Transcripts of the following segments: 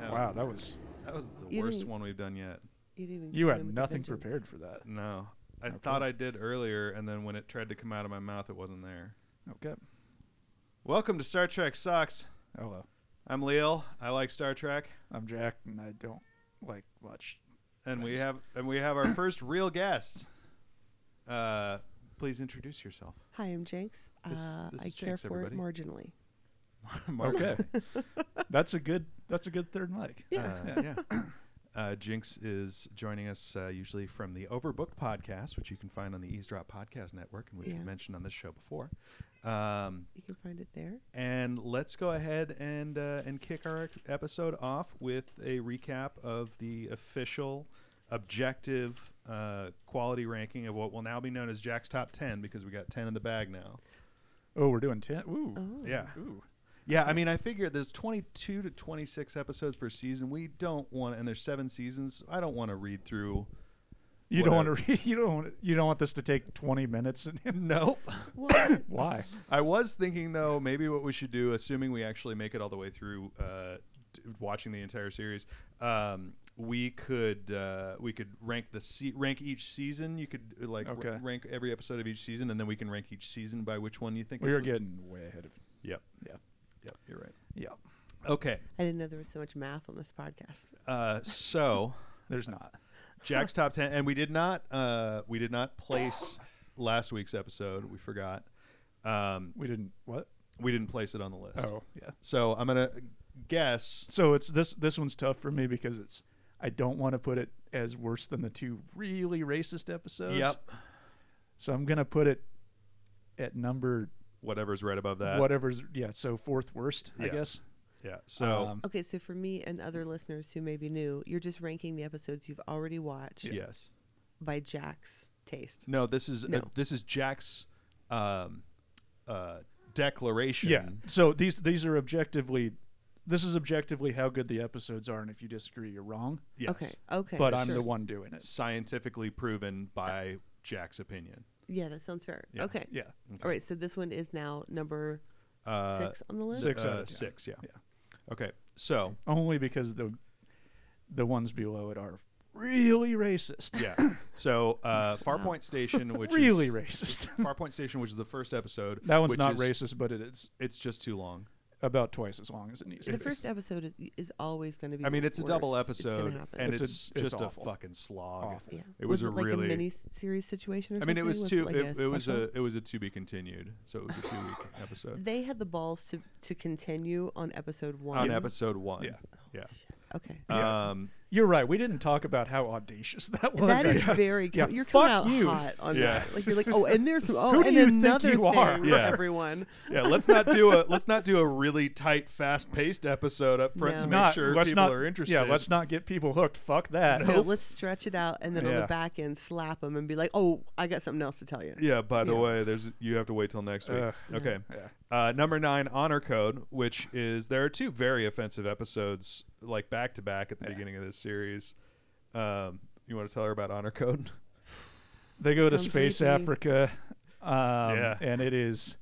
oh, that was That was the You worst didn't- one we've done yet. You didn't even you come in had with a nothing vengeance. prepared for that. No. I Okay. thought I did earlier, and then when it tried to come out of my mouth, it wasn't there. Okay. Welcome to Star Trek Sucks. Oh well. I'm Leal. I like Star Trek, I'm Jack, and I don't like much. and we Thanks. have and we have our first real guest. Uh, please introduce yourself. Hi, I'm Jenks. This- uh, this I is care Jenks, for it everybody. marginally. Mark. Okay. that's a good. That's a good third mic. Uh, yeah. Uh, Jinx is joining us uh, usually from the Overbooked podcast, which you can find on the Eavesdrop Podcast Network, and which Yeah. we've mentioned on this show before. Um, You can find it there. and let's go ahead and uh, and kick our episode off with a recap of the official objective uh, quality ranking of what will now be known as Jack's Top 10 because we got 10 in the bag now. Oh, we're doing ten. Ooh. Oh, Yeah. Ooh. Yeah, I mean, I figure there's 22 to 26 episodes per season. We don't want, and there's seven seasons. I don't want to read through. You don't What want to. You don't. Want, you don't want this to take twenty minutes. And Nope. Well, why? I was thinking though, maybe what we should do, assuming we actually make it all the way through uh, d- watching the entire series, um, we could uh, we could rank the se- rank each season. You could uh, like r- Okay. rank every episode of each season, and then we can rank each season by which one you think. We is are the- getting way ahead of. Yep. Yeah. Yep. You're right. Yeah. Okay. I didn't know there was so much math on this podcast. Uh, so. There's not. Jack's top ten, and we did not uh, we did not place last week's episode. We forgot. Um, We didn't. What? we didn't place it on the list. Oh, yeah. So I'm gonna guess. So it's this. This one's tough for me because it's. I don't want to put it as worse than the two really racist episodes. Yep. So I'm gonna put it at number Whatever's right above that. whatever's yeah. So fourth worst, I Yeah. guess. Yeah. So Um, Okay, so for me and other listeners who may be new, you're just ranking the episodes you've already watched yes. by Jack's taste. No. This is uh, No. this is Jack's um, uh, declaration. yeah. So these these are objectively. This is objectively how good the episodes are, and if you disagree, you're wrong. Yes. Okay, okay. But I'm sure. the one doing it. Scientifically proven by Jack's opinion. Yeah, that sounds fair. Yeah. Okay. Yeah. All right, so this one is now number Uh, six on the list? six out Uh, of ten. six. Yeah. Yeah. Okay. So Only because the the ones below it are really racist. yeah. So uh, Farpoint Station, which really is, racist. Farpoint Station, which is the first episode. that one's which not is- racist, but it is It's just too long. about twice as long as it needs to The be. first episode i- is always going to be. I the mean, it's a double worst. It's gonna episode, happen. and It's it's, a- it's just a awful. fucking slog. Awful. yeah. It was, a it like really. a mini series situation. Or I mean, it something? was it two. Like it, a it was special? a it was a to be continued. So it was a two week episode They had the balls to to continue on episode one. Oh, on episode one. Yeah. yeah. Okay. Yeah. Um, You're right. We didn't talk about how audacious that was. that is Yeah. very Yeah, good. You're coming fuck out you. hot on Yeah. that. Like you're like, oh, and there's some oh, Who do and you think another you are? thing for Yeah. everyone. yeah. Let's not do a let's not do a really tight, fast paced episode up front to No. make Not, sure let's people not, are interested. Yeah, let's not get people hooked. Fuck that. No, let's stretch it out, and then on Yeah. the back end, slap them and be like, oh, I got something else to tell you. Yeah. By the Yeah. way, there's you have to wait till next week. Ugh. okay. Yeah. Uh, number nine, honor code, which is there are two very offensive episodes like back to back at the Yeah. beginning of this series. Um, you want to tell her about honor code? They go to Sounds Space creepy. Africa, um, Yeah. and it is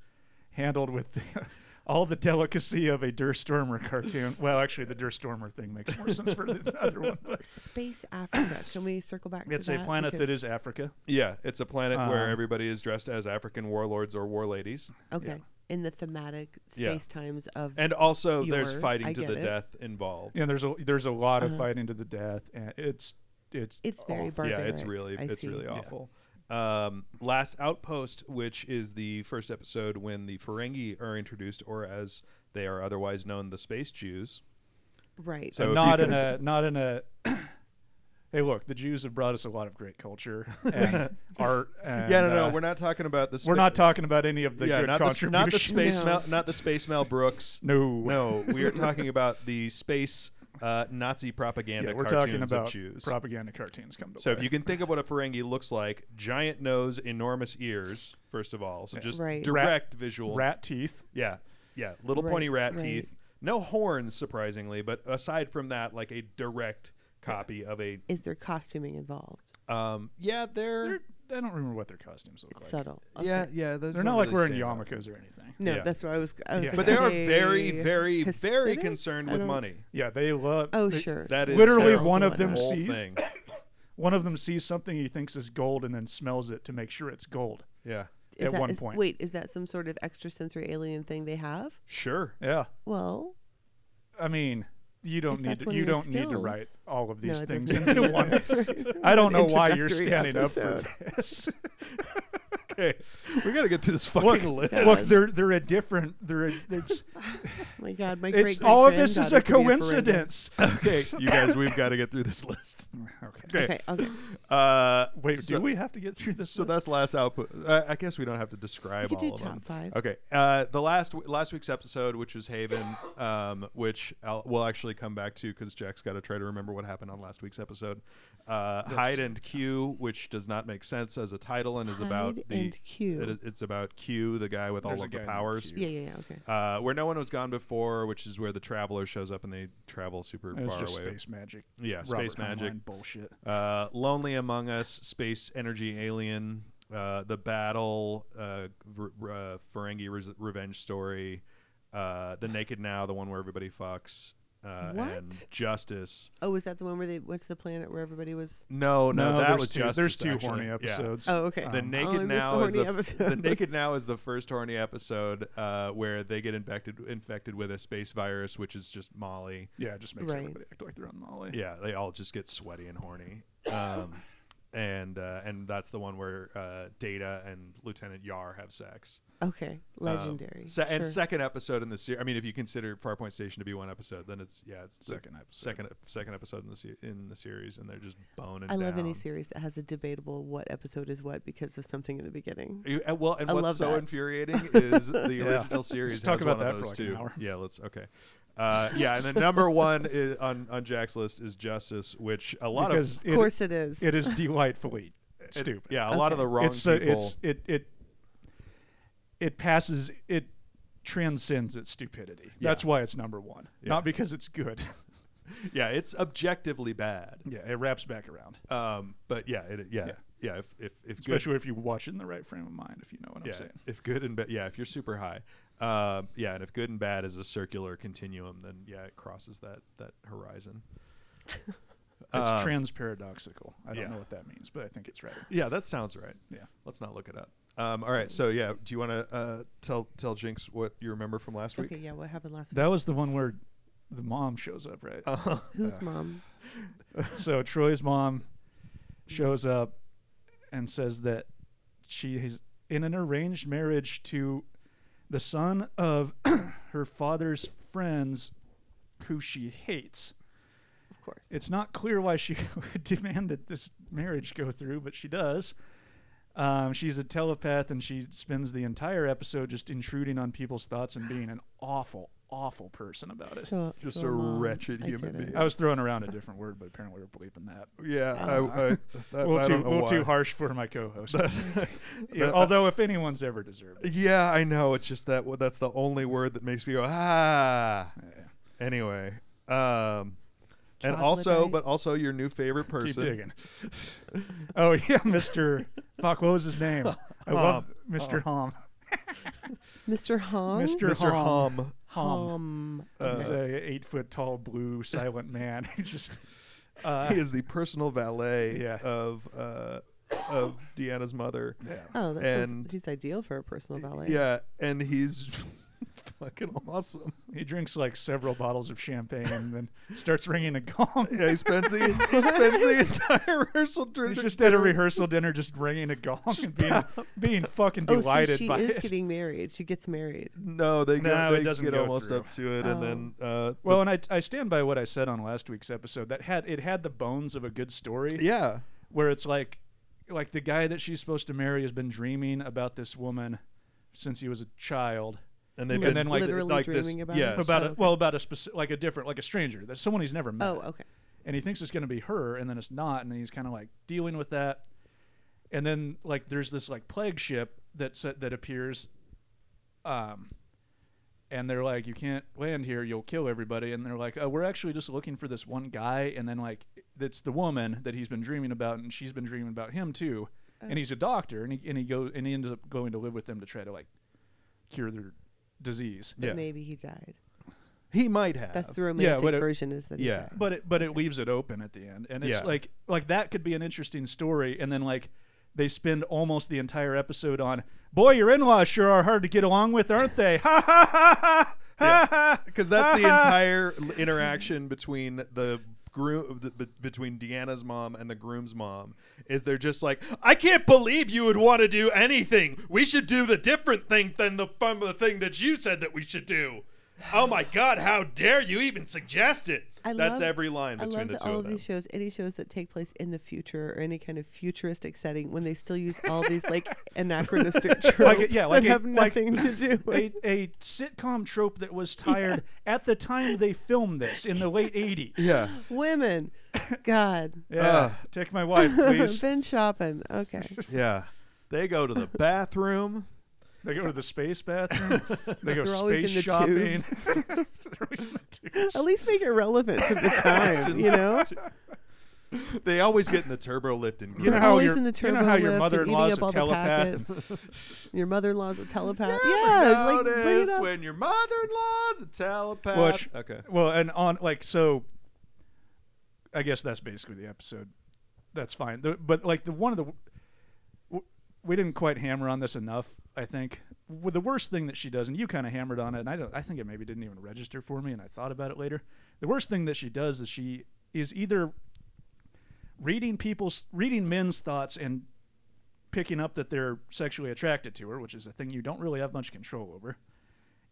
handled with the, all the delicacy of a Durstormer cartoon. well, actually, the Durstormer thing makes more sense for the other one. But Space Africa. Can we circle back it's to that? a planet that Because- is Africa. Yeah, it's a planet where Um, everybody is dressed as African warlords or war ladies, okay in the thematic Yeah. space times of and also there's Your, fighting I to get the it. death involved. And there's a there's a lot of Uh-huh. fighting to the death, and it's it's it's very awful. barbaric. Yeah, it's really I it's see. really Yeah. awful. Um, Last Outpost, which is the first episode when the Ferengi are introduced, or as they are otherwise known, the Space Jews. right. So if you not in could- a not in a. hey, look, the Jews have brought us a lot of great culture and art. And, yeah, no, no, uh, we're not talking about the. Spa- we're not talking about any of the yeah, good not the, s- not contributions. the space, No. Mel, not the space Mel Brooks. No, No, we are talking about the space uh, Nazi propaganda. Yeah, we're cartoons talking of about Jews. propaganda cartoons come to So if life. you can think of what a Ferengi looks like, giant nose, enormous ears, first of all. So just Right. direct visual. rat teeth. Yeah. Yeah. Little Right, pointy rat right. teeth. No horns, surprisingly, but aside from that, like a direct copy of a Is there costuming involved? um yeah, they're They're I don't remember what their costumes look It's like. subtle. Okay. Yeah, yeah. Those They're don't not like really wearing stand out. yarmulkes or anything. No, Yeah. that's where I was. I was Yeah. like, But they are "Hey, very, very, very Hasidic?" concerned I with don't- money. Yeah, they love. Oh they- sure. That is Literally their one of whole them whole sees thing. one of them sees something he thinks is gold and then smells it to make sure it's gold. Yeah, Is at that- one is- point. Wait, is that some sort of extrasensory alien thing they have? sure. Yeah, Well, I mean, you don't If need that's to, one of you your don't need to write skills. all of no, these it things doesn't into need one. that. I don't know why you're Introductory standing up episode. for this. Okay, we gotta get through this fucking Look, list. Look, they're they're a different. They're a, it's, Oh my God, my it's great all of this is a coincidence. okay, you guys, we've got to get through this list. okay. Okay. Okay, okay. Uh, Wait, so, do we have to get through this? So list? that's last output. I, I guess we don't have to You describe could all do of them. top five. Okay, uh, the last w- last week's episode, which was Haven, um, which I'll, we'll actually come back to because Jack's got to try to remember what happened on last week's episode. Uh, Hide and Q, which does not make sense as a title and is about Hide the and Q. it- it's about Q, the guy with There's all a of the guy named powers. Q. Yeah, yeah, yeah. Okay. Uh, where no one has gone before, which is where the traveler shows up and they travel super It was far just away. space magic. Yeah, Robert space magic. Heinlein bullshit. Uh, Lonely Among Us, Space Energy Alien, uh, The Battle, uh, v- uh, Ferengi Res- Revenge Story, uh, The Naked Now, the one where everybody fucks, uh, and What? Justice. Oh, was that the one where they went to the planet where everybody was? No, Oh, no, that there's was two, Justice. There's two actually. horny Yeah. episodes. Oh, okay. The Um, Oh, I naked missed the now is horny the f- the episodes. naked now is the first horny episode uh, where they get infected infected with a space virus, which is just Molly. Yeah, it just makes Right. everybody act like they're on Molly. Yeah, they all just get sweaty and horny. Um, and uh, and that's the one where uh, Data and Lieutenant Yar have sex. Okay, Um, legendary. se- And Sure. second episode in the series. I mean, if you consider Farpoint Station to be one episode, then it's yeah, it's the Second episode. second second episode in the se- in the series, and they're just boning. I love any down. series that has a debatable what episode is what because of something in the beginning. You- and well, and I what's love so that. infuriating is the original series Let's talk has about one that of for those like an too. hour. Yeah, let's okay. Uh, yeah, and the number one i on on Jack's list is Justice, which a lot because of it- of course it is. it is delightfully it- stupid. yeah, a lot of Okay. the wrong it's people. A, it's it it it passes it transcends its stupidity. That's Yeah. why it's number one, Yeah. not because it's good. yeah, it's objectively bad. yeah, it wraps back around, Um, but yeah, it, yeah, yeah, Yeah. If if if good, especially if you watch it in the right frame of mind. If you know what yeah, I'm saying. if good and bad, yeah, if you're super high, um, yeah, and if good and bad is a circular continuum, then yeah, it crosses that that horizon. It's Um, trans paradoxical. I don't yeah. know what that means, but I think it's right. Yeah, that sounds right. Yeah. Let's not look it up. Um, all right, so yeah, do you want to uh, tell tell Jinx what you remember from last week? okay, yeah. What happened last week? That was the one where the mom shows up, right? Uh, Whose mom? so Troy's mom shows up and says that she is in an arranged marriage to the son of her father's friends who she hates. Of course. It's not clear why she would demand that this marriage go through, but she does. Um, she's a telepath and she spends the entire episode just intruding on people's thoughts and being an awful, awful person about it. So, Just so a mom, wretched I human get it. being. I was throwing around a different word, but apparently we're bleeping that. yeah, I, I, that- A little, I too, don't know little too why. harsh for my co-host. Yeah, that- although, if anyone's ever deserved it, Yeah, I know. It's just that that's the only word that makes me go ah. Yeah. Anyway, um, and Troglodyte. also, but also your new favorite keep person. digging. oh yeah, Mister. Fuck, what was his name? I love Mister Hom. Mr. Hong. Um, Mr. Mr. Hom. Hom. Hom. He's Uh, a eight foot tall, blue, silent man. He just. Uh, he is the personal valet Yeah. of uh, of Deanna's mother. yeah. Oh, that And- sounds he's ideal for a personal valet. Yeah, and he's fucking awesome. He drinks like several bottles of champagne and then starts ringing a gong. Yeah, he spends the he spends the entire rehearsal dinner. He's just at a rehearsal dinner, just ringing a gong and being being fucking Oh, delighted so she by is it. getting married. She gets married. no, they, go- No, it they doesn't get go almost through. up to it, Oh. and then uh, the- Well, and I, I stand by what I said on last week's episode. That had it had the bones of a good story, yeah, where it's like, like the guy that she's supposed to marry has been dreaming about this woman since he was a child. and they've And been then, like, th- Literally like this, dreaming about it? yes, About Oh, a, okay. well, about a specific, like a different, like a stranger. That's someone he's never met, Oh, okay. and he thinks it's going to be her, and then it's not, and then he's kind of like dealing with that. And then like there's this like plague ship that set, that appears, um, and they're like, "You can't land here; you'll kill everybody." And they're like, "Oh, we're actually just looking for this one guy." And then like, it's the woman that he's been dreaming about, and she's been dreaming about him too. and he's a doctor, and he and he go and he ends up going to live with them to try to like cure their disease. But Yeah. Uh, maybe he died. He might have. That's the romantic but it- version is that he yeah. died. But it but it leaves it open at the end, and it's Yeah. like like that could be an interesting story, and then like they spend almost the entire episode on boy, your in laws sure are hard to get along with, aren't they? Ha ha ha ha ha ha. because that's the entire l- interaction between the groom the, be- between Deanna's mom and the groom's mom is they're just like I can't believe you would want to do anything. We should do the different thing than the fun the thing that you said that we should do. Oh my god, how dare you even suggest it? I that's love- every line I between love the that two all of of them. these shows, any shows that take place in the future or any kind of futuristic setting, when they still use all these like anachronistic tropes Like it- yeah, like that it- have like- nothing to do a, with. a sitcom trope that was tired at the time they filmed this in the late 80s. yeah. Women, God, Yeah. Uh. Ugh. Take my wife, please. been shopping. Okay, Yeah. They go to the bathroom. they go to the space bathroom. They go they're always space in the shopping. tubes. They're always in the tubes. At least make it relevant to the time, you know. They always get in the turbo lift and You know They're how always your, in the you know turbo how lift your and mother-in-law's eating a up all the telepath. packets. Your mother-in-law's a telepath. Yeah, Yeah, like bring it notice up. when your mother-in-law's a telepath. Which- okay. Well, and on like so, I guess that's basically the episode. That's fine. The, but like the one of the, w- we didn't quite hammer on this enough. I think well, the worst thing that she does, and you kind of hammered on it, and I don't. I think it maybe didn't even register for me, and I thought about it later. The worst thing that she does is she is either reading people's reading men's thoughts and picking up that they're sexually attracted to her, which is a thing you don't really have much control over,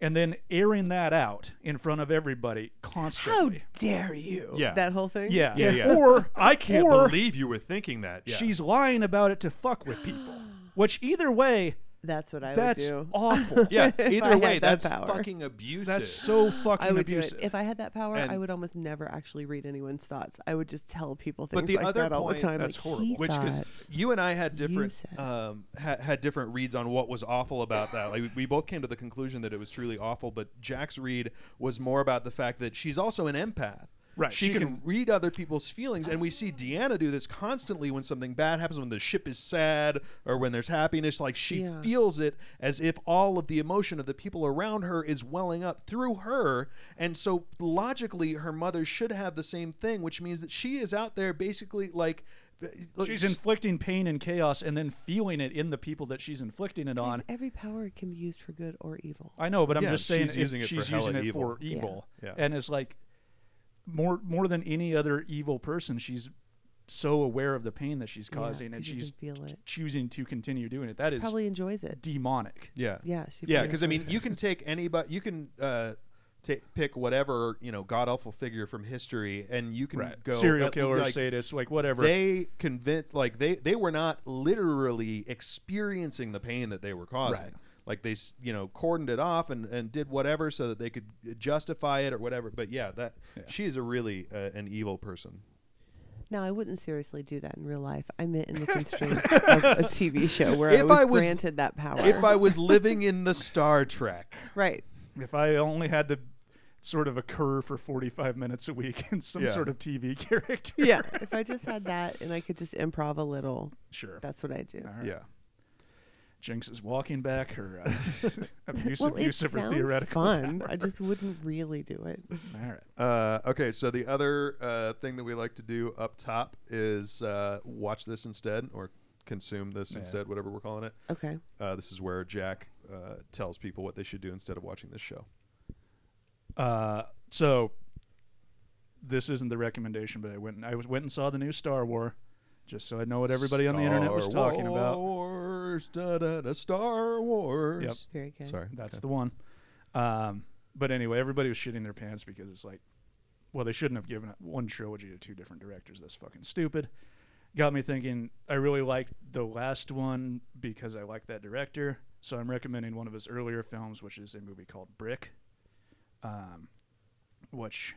and then airing that out in front of everybody How constantly. dare you? Yeah. That whole thing. yeah. Yeah, yeah. Or I can't or believe you were thinking that. Yeah. she's lying about it to fuck with people. Which either way, That's what I that's would do. awful. yeah. If I Either had way, that that's power. fucking abusive. That's so fucking I would abusive. do it. If I had that power, I And- would almost never actually read anyone's thoughts. I would just tell people things But the like other that all the point- time. that's like, horrible. He which because thought- you and I had You different said. um, had, had different reads on what was awful about that. Like we, we both came to the conclusion that it was truly awful, but Jack's read was more about the fact that she's also an empath. Right, She, she can, can- read other people's feelings, and we see Deanna do this constantly when something bad happens, when the ship is sad or when there's happiness. Like she Yeah. feels it as if all of the emotion of the people around her is welling up through her. And so logically, her mother should have the same thing, which means that she is out there basically like. she's inflicting pain and chaos and then feeling it in the people that she's inflicting it Guys, on. every power can be used for good or evil. I know, but I'm Yeah, just saying she's if using it she's for hella using it evil. for Yeah. evil. Yeah. And it's like more more than any other evil person, she's so aware of the pain that she's Yeah, causing and 'cause you she's can feel it. choosing to continue doing it. That is Probably enjoys it. demonic. Yeah. Yeah, she Yeah, probably because I mean, enjoys you it. can take anybody, you can uh, ta pick whatever you know, god awful figure from history, and you can go Serial at- killer, like, sadist, like whatever. They convinced, like they they were not literally experiencing the pain that they were causing. Right. Like they, s- you know, cordoned it off and, and did whatever so that they could uh, justify it or whatever. But yeah, that Yeah. she is a really uh, an evil person. Now, I wouldn't seriously do that in real life. I meant in the constraints of a TV show where I If was, I was- granted that power. if I was living in the Star Trek, right. if I only had to sort of occur for 45 minutes a week in some Yeah. sort of TV character. Yeah. if I just had that and I could just improv a little, Sure. that's what I do. All right. yeah, Jinx is walking back her uh, abusive, Well, it use of her sounds theoretical fun. power. I just wouldn't really do it. All right. Uh, okay, so the other uh, thing that we like to do up top is uh, watch this instead or consume this Yeah. instead, whatever we're calling it. Okay. Uh, this is where Jack uh, tells people what they should do instead of watching this show. Uh, so this isn't the recommendation, but I went and I was went and saw the new Star Wars, just so I know what everybody on the internet was Star talking about. Wars, da, da, da, Star Wars. Very good. Sorry. That's the one. Um, but anyway, everybody was shitting their pants because it's like, well, they shouldn't have given one trilogy to two different directors. That's fucking stupid. Got me thinking. I really liked the last one because I like that director. So I'm recommending one of his earlier films, which is a movie called Brick, um, which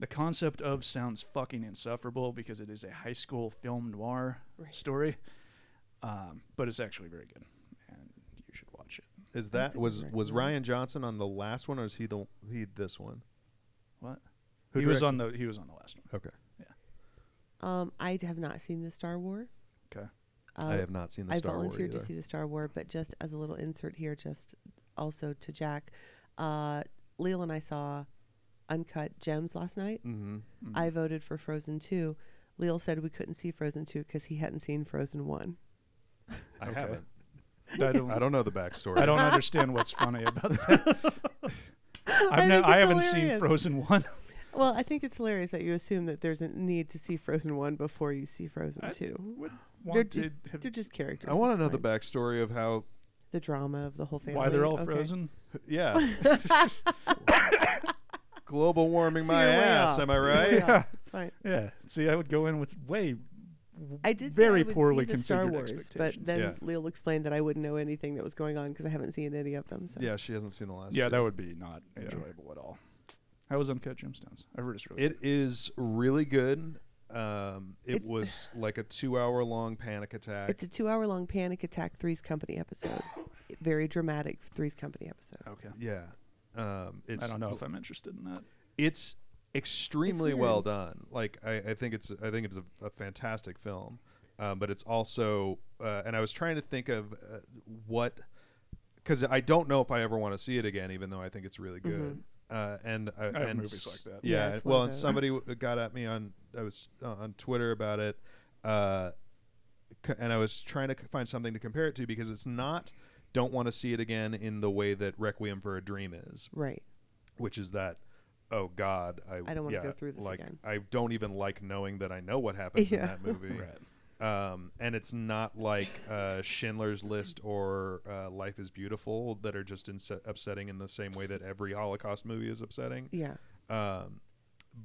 the concept of sounds fucking insufferable because it is a high school film noir Right. story, um, but it's actually very good, and you should watch it. Is That's that a good was was recommend. Ryan Johnson on the last one or is he the he this one? What? Who he was directed- on the he was on the last one. Okay. Um, I d- have not seen the Star Wars. Okay. Uh, I have not seen the I Star Wars volunteered either. to see the Star War, but just as a little insert here, just also to Jack, uh, Leal and I saw Uncut Gems last night. mm-hmm. I voted for Frozen 2. Leal said we couldn't see Frozen 2 because he hadn't seen Frozen 1. I Okay. haven't. I don't. I don't know the backstory. I don't understand what's funny about that. I've I ne- think I it's haven't seen hilarious. Frozen one. Well, I think it's hilarious that you assume that there's a need to see Frozen 1 before you see Frozen I 2. Would They're, want ju- to have- they're just characters. I want it's to know the fine. backstory of how. The drama of the whole family. why they're all Okay. frozen. Yeah. Global warming So my you're way ass. off. Am I You're way right? Yeah. off. It's fine. Yeah. See, I would go in with way. I did say I very would poorly see the configured Star Wars, but expectations. then Yeah. Leal explained that I wouldn't know anything that was going on because I haven't seen any of them. So. Yeah, she hasn't seen the last. yeah, two. that would be not enjoyable at all. How was Uncut Gemstones? I heard it's really. It is really good. Um, it It's- was like a two-hour-long panic attack. It's a two-hour-long panic attack Three's Company episode. Very dramatic Three's Company episode. good. okay. yeah. Um, it's I don't know if I'm interested in that. it's extremely weird. well done. Like I, I think it's I think it's a, a fantastic film, um, but it's also uh, and I was trying to think of uh, what because I don't know if I ever want to see it again, even though I think it's really good. Uh, and I, Mm-hmm. have and movies s- like that. Yeah. Yeah, it's one well, of and those. somebody w- got at me on I was uh, on Twitter about it. Uh, c- and I was trying to c- find something to compare it to because it's not. Don't want to see it again in the way that Requiem for a Dream is, Right. which is that oh god i, I don't wanna yeah, go through this like, again. i don't even like knowing that i know what happens in Yeah. that movie um, and it's not like uh, schindler's list or uh, life is beautiful that are just inse- upsetting in the same way that every holocaust movie is upsetting Yeah. um,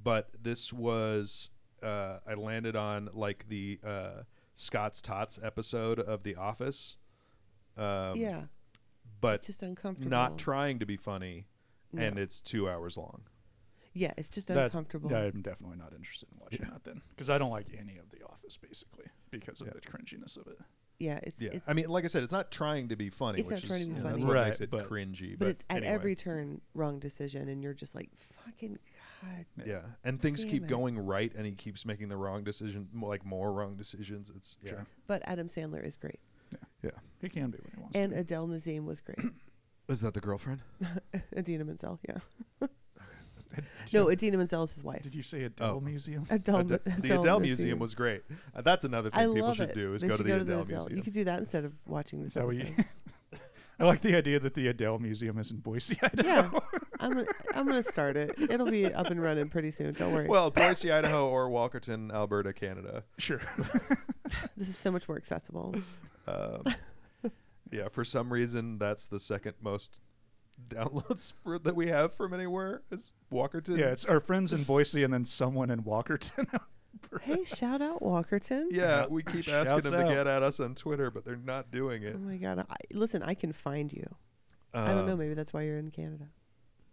but this was uh, i landed on like the uh, scott's tots episode of the office um, yeah. but It's just uncomfortable. not trying to be funny No. and it's two hours long Yeah, it's just That- uncomfortable. I'm definitely not interested in watching that then, because I don't like any of The Office basically because of Yeah. the cringiness of it. yeah, it's Yeah, it's I mean, like I said, it's not trying to be funny, It's not which is trying to be you know, that's funny. what Right, makes it but- cringy. But, but it's at anyway. every turn wrong decision and you're just like fucking god. yeah, and things Damn keep it. going right, and he keeps making the wrong decision, m- like more wrong decisions. It's yeah, Sure. But Adam Sandler is great. He can be when he wants. And to. be. Adele Nazim was great. is that the girlfriend? Adina Menzel, yeah. no, Adina Menzel is his wife. Did you say Adele Oh. Museum? Adele, Ade- the Adele, Museum Nazim. was great. Uh, that's another thing I people love should it. do is They go to should the Adele, Museum. You could do that instead of watching this Is that what you- episode. I like the idea that the Adele Museum is in Boise, Idaho. yeah, I'm gonna, I'm gonna start it. It'll be up and running pretty soon. Don't worry. well, Boise, Idaho, or Walkerton, Alberta, Canada. Sure. this is so much more accessible. Um, yeah, for some reason, that's the second most downloads for, that we have from anywhere is Walkerton. Yeah, it's our friends in Boise and then someone in Walkerton. hey, shout out Walkerton. Yeah, Yeah. we keep Shouts asking them to out. get at us on Twitter, but they're not doing Oh it. my god! I, listen, I can find you. I don't know. Um, Maybe that's why you're in Canada.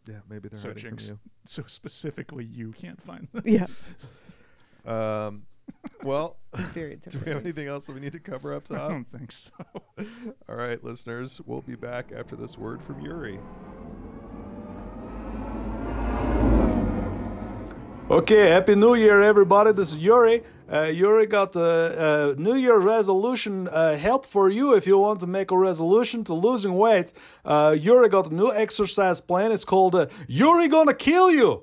Yeah, maybe they're So hiding jinxed. from so specifically, you can't find them. Yeah, you. Um, well, very do we have different. anything else that we need to cover up I Um, top? don't think so. All right, listeners, we'll be back after this word from Yuri. Okay, happy New Year, everybody. This is Yuri. Uh, Yuri got a, a New Year resolution uh, help for you if you want to make a resolution to losing weight. Uh, Yuri got a new exercise plan. It's called uh, Yuri Gonna Kill You.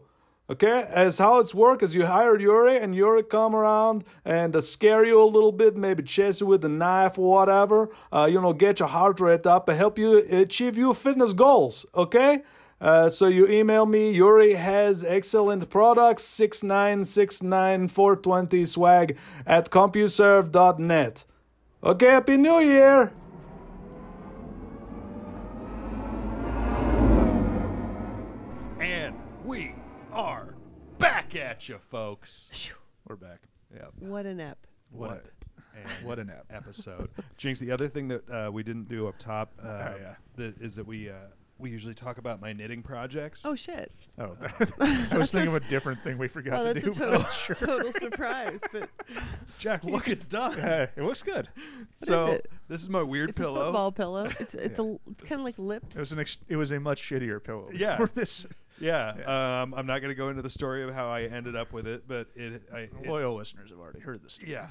Okay, as how it's work is you hire Yuri and Yuri come around and uh, scare you a little bit, maybe chase you with a knife or whatever. Uh, you know, get your heart rate up and help you achieve your fitness goals. Okay. Uh, so you email me. Yuri has excellent products. Six nine six nine four twenty swag at CompuServe.net. Okay, happy New Year. And we are back at you, folks. We're back. Yep. What an ep. What? an What an app. episode. Jinx, the other thing that uh, we didn't do up top uh, Oh, yeah. that is that we uh, we usually talk about my knitting projects. Oh shit! Oh, I was thinking of a different thing we forgot to Well, that's do. a but- total, total surprise. But Jack, look, it's done. Yeah, it looks good. so it? this is my weird it's a pillow. football pillow. It's it's a it's kind of like lips. It was an ex- it was a much shittier pillow Yeah. for this. Yeah, Um, I'm not going to go into the story of how I ended up with it, but it, I, it Loyal listeners have already heard this. yeah,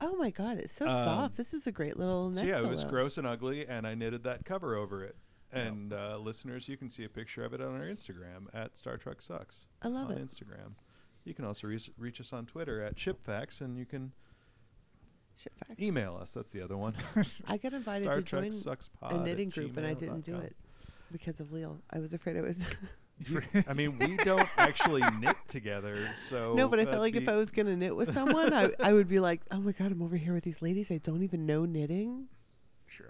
Oh my god, it's so Um, soft. This is a great little neck So yeah, it was pillow. gross and ugly, and I knitted that cover over it. And uh, listeners, you can see a picture of it on our Instagram at Star Trek Sucks. I love on it. Instagram. You can also reach reach us on Twitter at ShipFacts, and you can Shit facts. email us. That's the other one. I got invited Star to Trek join Sucks Pod a at knitting group and I didn't do gmail.com. it because of Leal. I was afraid I was I mean, we don't actually knit together, so No, but I Oh, that'd felt like if be- I was gonna knit with someone, I, I would be like, Oh my god, I'm over here with these ladies I don't even know knitting. Sure.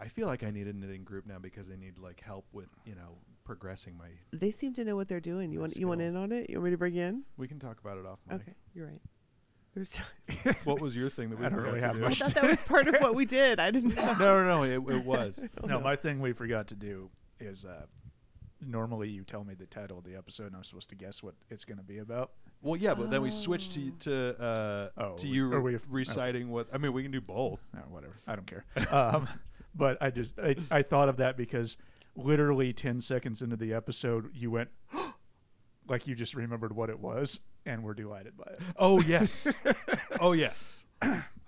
I feel like I need a knitting group now because I need like help with you know progressing my. They seem to know what they're doing. You want you want Skill. in on it? You want me to bring you in? We can talk about it off mic. Okay, you're right. There's time. What was your thing that we I don't forgot really to have do? I much. thought that was part of what we did. I didn't know. No, no, no. It, it was. No, my thing we forgot to do is uh, normally you tell me the title of the episode and I'm supposed to guess what it's going to be about. Well, yeah, but then we switched to to, uh, Oh, to you we- or we- reciting what. I mean, we can do both. Oh, whatever. I don't care. Um, but I just I, I thought of that because literally ten seconds into the episode, you went like you just remembered what it was, and were delighted by it. Oh yes, oh yes.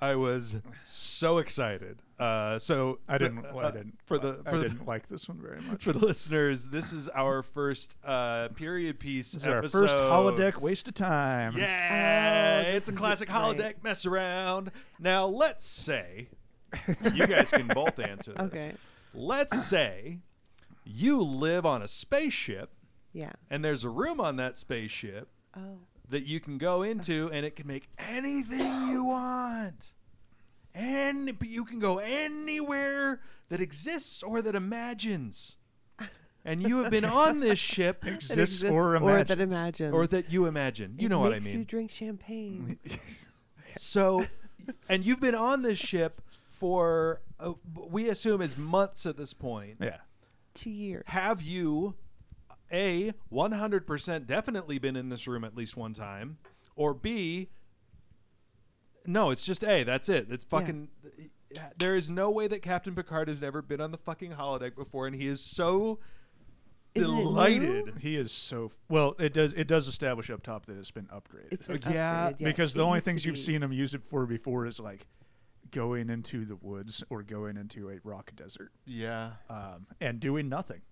I was so excited. Uh, so I didn't. well, I uh, didn't. for the I for the, didn't like this one very much. for the listeners. This is our first uh, period piece This is our episode. first holodeck waste of time. Yeah, Oh, it's this a is classic it, right. holodeck mess around. Now let's say you guys can both answer this. Okay. Let's say you live on a spaceship Yeah. and there's a room on that spaceship Oh. that you can go into and it can make anything you want. And but you can go anywhere that exists or that imagines. And you have been on this ship That Exists exists or or that imagines. imagines. or that you imagine. You It know what I makes mean. You drink champagne. So, and you've been on this ship for uh, we assume is months at this point. Yeah. Two years. Have you a 100% definitely been in this room at least one time or B No, it's just A, that's it. It's fucking there is no way that Captain Picard has never been on the fucking holodeck before and he is so Isn't it new? delighted. He is so f- well. It does. It does establish up top that it's been upgraded. It's Uh, been yeah, upgraded, because the It only used to things you've be- seen him use it for before is like going into the woods or going into a rock desert Yeah. um, and doing nothing,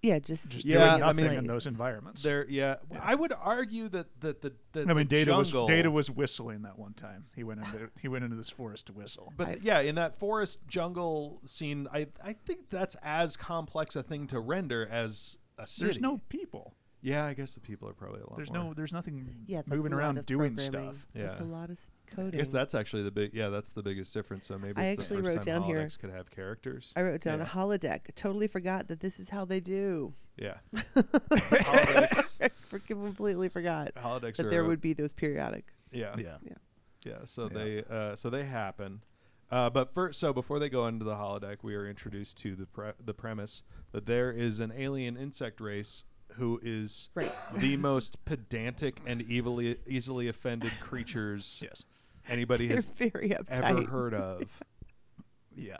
Yeah, just, just Yeah, doing I nothing mean- in those environments. There yeah. I would argue that that the, that I mean, the Data jungle- was Data was whistling that one time. He went into he went into this forest to whistle. But I- yeah, in that forest jungle scene, I I think that's as complex a thing to render as a city. there's no people. Yeah, I guess the people are probably a lot. There's more. no there's nothing Yeah, that's moving a lot around of doing programming. stuff. That's a Yeah. lot of s- I coding. guess that's actually the big. Yeah, that's the biggest difference. So maybe I it's actually the first wrote time down here- holodecks could have characters. I wrote down a Yeah. holodeck. Totally forgot that this is how they do. Yeah. holodecks. I freaking completely forgot Holodecks that are. there a- would be those periodic. Yeah. Yeah. Yeah. So Yeah. they. Uh, so they happen. Uh, but first, so before they go into the holodeck, we are introduced to the pre- the premise that there is an alien insect race who is Right. the most pedantic and evilly easily offended creatures Yes. anybody They're has very ever uptight. heard of. Yeah.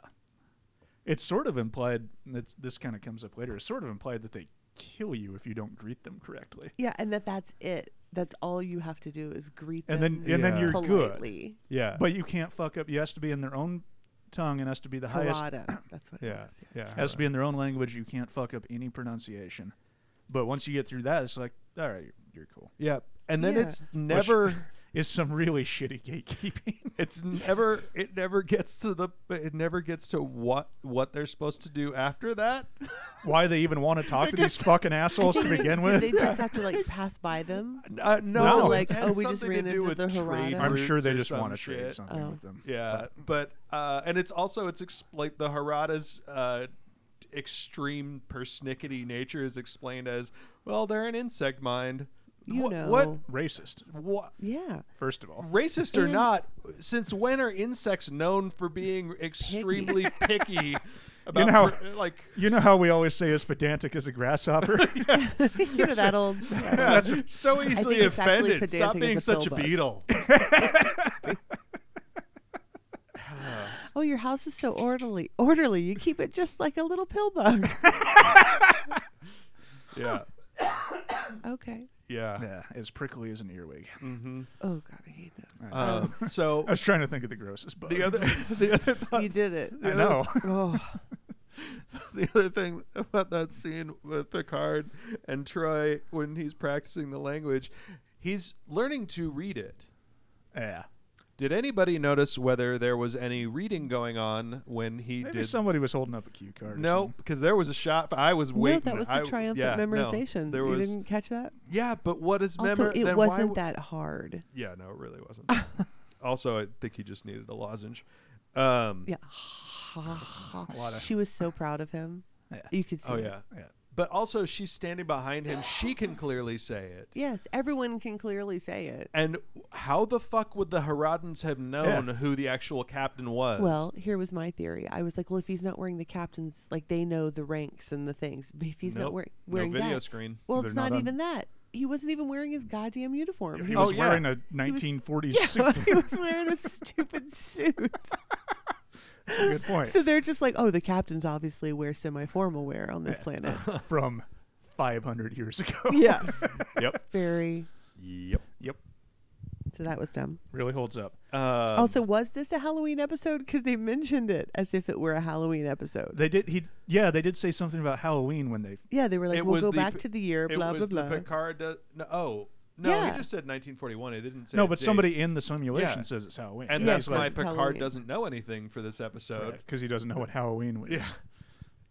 It's sort of implied. That's, this kind of comes up later. It's sort of implied that they kill you if you don't greet them correctly. Yeah, and that that's it. That's all you have to do is greet And them then and then Yeah. you're good. politely. Yeah. But you can't fuck up. You has to be in their own tongue and has to be the highest. Harada. That's what it yeah. was. Yeah. Yeah. Has to be in their own language. You can't fuck up any pronunciation. But once you get through that, it's like, all right, you're- you're cool. yeah. And then Yeah. it's never It's some really shitty gatekeeping. it's never it never gets to the it never gets to what what they're supposed to do after that. Why they even want to talk to these fucking assholes to begin with? Did they just have to like pass by them? Uh, no, No. it Like, has oh, we just something to ran do into with the trade Harada. I'm sure routes they or just some want to trade shit. something Oh. with them. Yeah, but uh, and it's also it's ex- like the Harada's uh, extreme persnickety nature is explained as well. They're an insect mind. You what, know. what? Racist, What? Yeah. first of all. Racist or And- not, since when are insects known for being extremely picky about know- per- like? You know how we always say as pedantic as a grasshopper? you know that old Yeah, so easily it's actually offended. Stop pedantic being as a such a billbug. beetle. oh your house is so orderly orderly you keep it just like a little pill bug yeah, mm-hmm. okay Yeah. Yeah, as prickly as an earwig. Oh God, I hate those. Um, so I was trying to think of the grossest bug. the other the other thought, you did it. I know. Oh, the other thing about that scene with Picard and Troy when he's practicing the language, he's learning to read it. yeah. Did anybody notice whether there was any reading going on when he Maybe did? somebody was holding up a cue card. or no, something. because there was a shot. I was no, waiting. that was the I- triumphant yeah, no, memorization. there you was, didn't catch that. yeah, but what is memory? Also, it wasn't that hard. Yeah, no, it really wasn't. also, I think he just needed a lozenge. Um, Yeah. she was so proud of him. Yeah. You could see. Oh it. yeah. Yeah. But also, she's standing behind him. She can clearly say it. Yes, everyone can clearly say it. And how the fuck would the Herodans have known who the actual captain was? Well, here was my theory. I was like, well, if he's not wearing the captain's, like they know the ranks and the things. But if he's Nope. not wearing No wearing video that, screen. well, They're it's not not, on- even that. He wasn't even wearing his goddamn uniform. He Oh, was yeah. wearing a 1940s suit. yeah, he was wearing a stupid suit. That's a good point. so they're just like, oh, the captains obviously wear semi-formal wear on this planet. From 500 years ago. yeah, Yep. It's very. Yep. Yep. So that was dumb. Really holds up. Uh, Um, also, was this a Halloween episode? Because they mentioned it as if it were a Halloween episode. They did. He. Yeah, they did say something about Halloween when they. Yeah, they were like, It we'll was go the back p- to the year, it blah was blah blah. the Picard. uh, no, oh no, Yeah. he just said 1941. It didn't say. No, a but date. somebody in the simulation Yeah. says it's Halloween. And Yeah, that's it why says it's Picard Halloween. doesn't know anything for this episode. because he doesn't know what Halloween was. Yeah.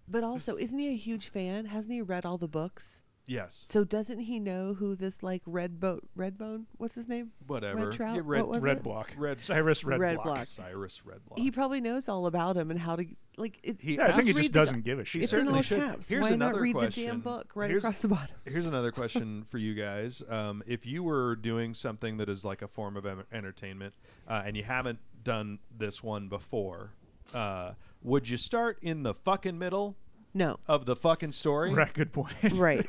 But also, isn't he a huge fan? Hasn't he read all the books? Yes. So doesn't he know who this like red boat, red bone? What's his name? Whatever. Red Trout? You read What was Red it? Block. Red- Cyrus Red, Red Block. Block. Cyrus Redblock. He probably knows all about him and how to like. It, He Yeah, I think he read just the- doesn't give a shit. it's in certainly all should. caps. Here's Why not another read the question. damn book right Here's- across the bottom? Here's another question for you guys. Um, if you were doing something that is like a form of em- entertainment uh, and you haven't done this one before, uh, would you start in the fucking middle No, Uh, of the fucking story? Right. Good point. right.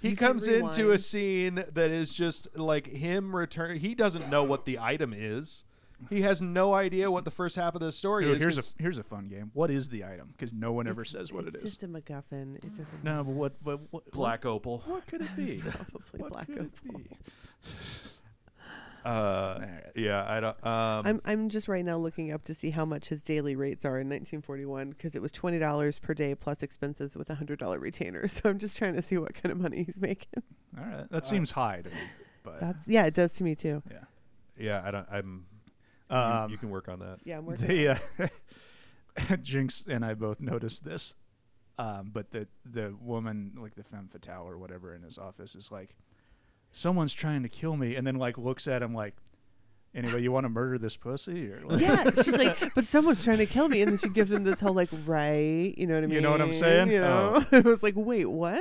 He You can comes into a rewind. scene that is just like him return. He doesn't know what the item is. He has no idea what the first half of the story Dude, is. here's a 'cause- here's a fun game. What is the item? Because no one ever It's- says what it's it is. just a MacGuffin. It doesn't. No, but what? But what? black opal. What, what could it be? Probably what black could it opal. be? Uh, Alright. Yeah, I don't. Um, I'm I'm just right now looking up to see how much his daily rates are in 1941 because it was twenty dollars per day plus expenses with a hundred dollar retainer. So I'm just trying to see what kind of money he's making. All right, Uh, that seems high to me, but That's yeah, it does to me too. yeah. yeah, I don't. I'm. you- Um, you can work on that. Yeah, I'm working. The uh, Jinx and I both noticed this, um, but the the woman, like the femme fatale or whatever, in his office is like, "Someone's trying to kill me," and then like looks at him like, "Anyway, you want to murder this pussy?" Or like, Yeah, she's like, but someone's trying to kill me, and then she gives him this whole like, right, you know what I mean? You know what I'm saying? Oh. You know, it was like, wait, what?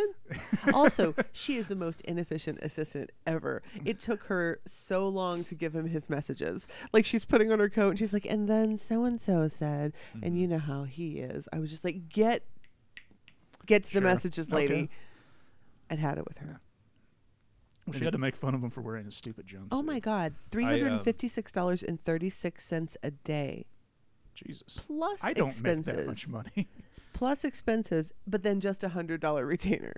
also, she is the most inefficient assistant ever. It took her so long to give him his messages. Like she's putting on her coat, and she's like, and then so and so said, and Mm-hmm. you know how he is. I was just like, get, get to Sure. the messages, lady. Okay. I'd had it with her. Well, she had to make fun of him for wearing his stupid jumpsuit. Oh my God, uh, three I, hundred um, and fifty-six dollars and thirty-six cents a day Jesus! plus I don't expenses. make that much money. plus expenses, but then just a hundred dollar retainer.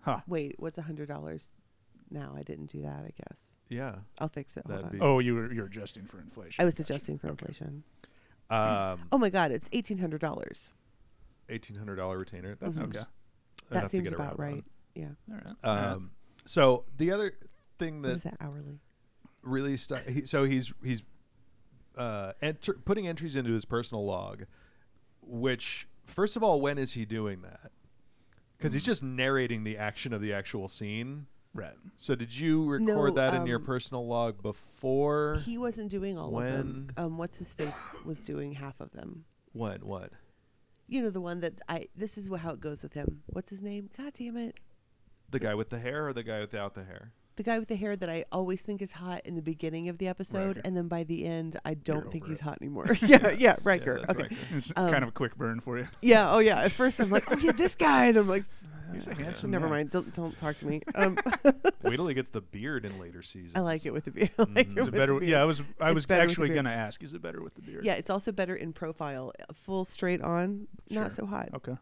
Huh. Wait, what's a hundred dollars now? I didn't do that. I guess Yeah. I'll fix it. Hold That'd on. be- Oh, you were you're adjusting for inflation. I was Gotcha. adjusting for inflation. Um, Oh my god, it's eighteen hundred dollars. eighteen hundred dollar retainer. That Mhm. seems Okay. enough That to seems get about around right. Yeah. All right. on. Uh, Yeah. Um, so the other thing What that is that hourly? really stuck. He, so he's he's uh, enter, putting entries into his personal log, which first of all, when is he doing that? Because Mm. he's just narrating the action of the actual scene. right. So did you record No, that in your um, personal log before? He wasn't doing all of them. Um, what's his face was doing half of them. when? What? You know the one that I. This is wh- how it goes with him. What's his name? God damn it! The guy with the hair or the guy without the hair? The guy with the hair that I always think is hot in the beginning of the episode, Riker. and then by the end, I don't think over he's it. hot anymore. yeah, yeah, Riker. that's okay, Riker. It's Um, kind of a quick burn for you. Yeah. Oh, yeah. At first, I'm like, oh, yeah, this guy. And I'm like, He's a "Ugh, handsome never man." mind. Don't don't talk to me. Um, Wait till he gets the beard in later seasons. I like it with the beard. I like it Is with it Mm, better? The Yeah, I was I It's was better with the actually beard. gonna ask. Is it better with the beard? beard. Yeah, it's also better in profile, full Uh, straight on, Sure. not so hot. Okay.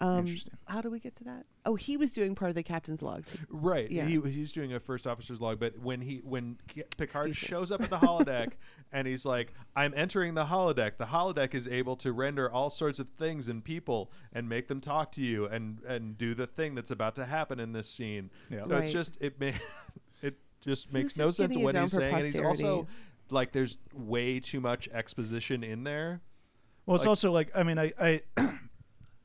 Um, Interesting. How do we get to that? Oh, he was doing part of the captain's logs. Right. Yeah. He, he's doing a first officer's log, but when he when K- Picard Excuse me. shows up at the holodeck and he's like, "I'm entering the holodeck. The holodeck is able to render all sorts of things and people and make them talk to you and and do the thing that's about to happen in this scene." Yeah. So Right. it's just it ma- it just makes just no sense getting of it what down he's for saying, and he's also posterity. like, "There's way too much exposition in there." Well, it's Like- also like I mean I I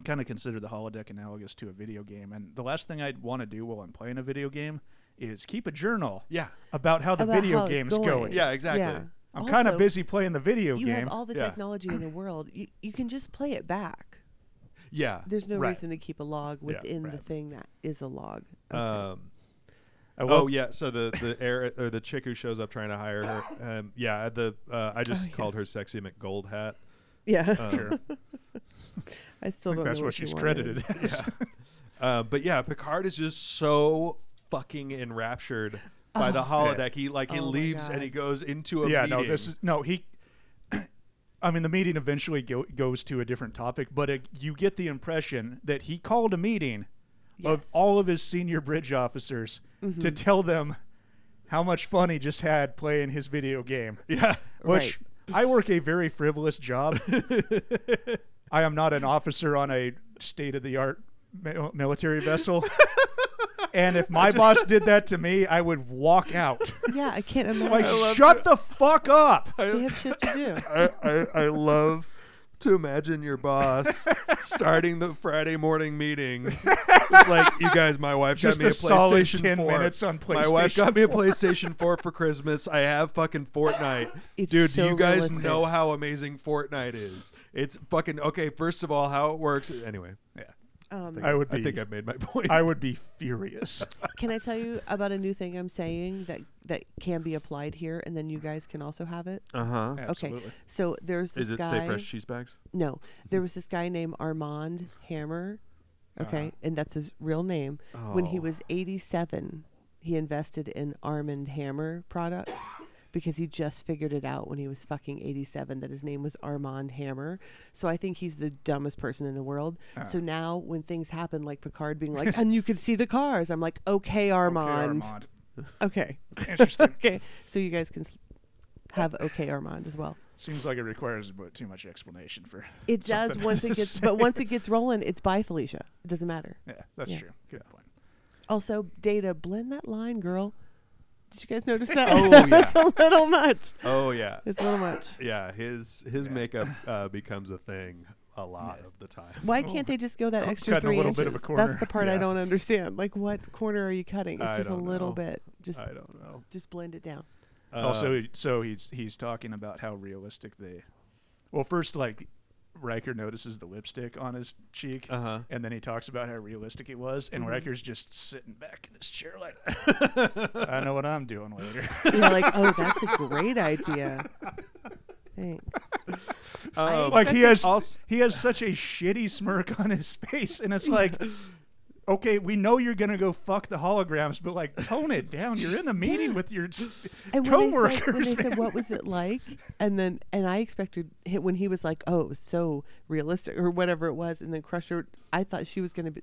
kind of consider the holodeck analogous to a video game, and the last thing I'd want to do while I'm playing a video game is keep a journal Yeah. about how the About video how it's game's going. Yeah, exactly. I'm kind of Also, busy playing the video You game. have all the Yeah. technology in the world. You, you can just play it back. Yeah. There's no Right. reason to keep a log within the right. Uh, thing that is a log. Um, I love- Oh yeah, so the the air or the chick who shows up trying to hire her. Um, yeah, the uh, I just called her sexy McGold hat. Yeah, Um, uh, sure. I still I think don't know that's what, what she she's wanted. credited as. Uh, but yeah, Picard is just so fucking enraptured by the holodeck. He like he Oh my leaves God. and he goes into a yeah meeting. no this is no he i mean the meeting eventually go, goes to a different topic but it, you get the impression that he called a meeting of Yes. Mm-hmm. all of his senior bridge officers to tell them how much fun he just had playing his video game yeah which i work a very frivolous job i am not an officer on a state-of-the-art mi- military vessel and if my boss did that to me i would walk out Yeah, I can't imagine. like shut the fuck up they have shit to do. I, I, I love to imagine your boss starting the Friday morning meeting. It's like, you guys, my wife Just got me a, a solid PlayStation 10 4. minutes on My wife PlayStation got me a PlayStation 4 for Christmas. I have fucking Fortnite. It's Dude, do so you guys realistic. know how amazing Fortnite is? It's fucking okay, first of all, how it works. Anyway, Um, I would be. I think I've made my point. I would be furious. Can I tell you about a new thing I'm saying that that can be applied here, and then you guys can also have it? uh-huh. Okay. So there's this Is it guy. Stay Fresh cheese bags? No, there was this guy named Armand Hammer. Okay, and that's his real name. When he Oh. was 87, he invested in Armand Hammer products because he just figured it out when he was fucking 87 that his name was Armand Hammer. So I think he's the dumbest person in the world. So now when things happen like Picard being like, "And you can see the cars." I'm like, "Okay, Armand." Okay. Interesting. Okay. So you guys can s- have okay Armand as well. Seems like it requires a bit too much explanation for. It does something once it to gets, say. but once it gets rolling, it's by Felicia. It doesn't matter. Yeah, that's Yeah. true. Good point. Also, Data, blend that line, girl. Did you guys notice that? Oh, that yeah. was a little much. Oh yeah. It's a little much. Yeah, his his makeup uh, becomes a thing a lot of the time. Why can't they just go that Cu- extra cutting a three little inches? bit of a That's corner. the part I Yeah. don't understand. Like, what corner are you cutting? It's I just a don't little know. bit. Just, I don't know. just blend it down. Um, also, so he's he's talking about how realistic they. Well, first, like Riker notices the lipstick on his cheek, Uh-huh. and then he talks about how realistic it was, Mm-hmm. and Riker's just sitting back in his chair like, I know what I'm doing later. You're like, oh, that's a great idea. Thanks. Um, like he has also- he has such a shitty smirk on his face and it's like okay we know you're gonna go fuck the holograms but like tone it down you're in the meeting with your s- And when they, said, when coworkers they said man. what was it like, and then and I expected hi- when he was like, "Oh, it was so realistic" or whatever it was, and then Crusher, I thought she was gonna be,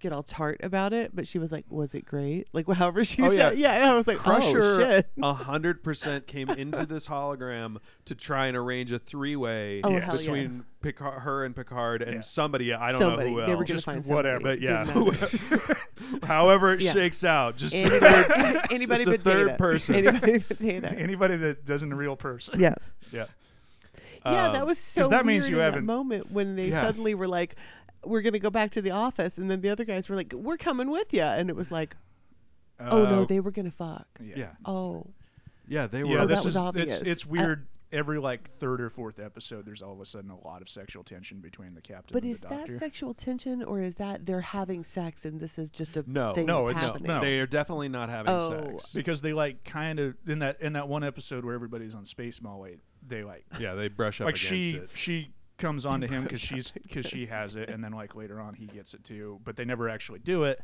get all tart about it, but she was like, "Was it great?" Like however she Oh, said, yeah. yeah. And I was like, "Oh Crusher shit!" a hundred percent came into this hologram to try and arrange a three way Oh, hell between yes. Picard, her and Picard and Yeah. somebody I don't somebody know who else. they were gonna Just find whatever, somebody. but yeah, Didn't matter. however it Yeah. shakes out, just anybody, anybody Just a but third Data. person. Anybody but Data. anybody that doesn't a real person Yeah. yeah. Yeah, Um, that was 'cause so. that means weird you in haven't- that moment when they Yeah. suddenly were like, "We're gonna go back to the office," and then the other guys were like, "We're coming with you," and it was like, "Oh no, Uh, they were gonna fuck." yeah, Oh, yeah, they were. yeah Oh, this that was is obvious. it's it's I- weird every like third or fourth episode there's all of a sudden a lot of sexual tension between the captain but and is the that doctor sexual tension or is that they're having sex and this is just a no, thing No, that's it's- happening? no. they are definitely not having Oh. sex. because they like kind of in that in that one episode where everybody's on space mall they like Yeah, they brush up like against she it. she comes on to him because she's because she has it and then like later on he gets it too but they never actually do it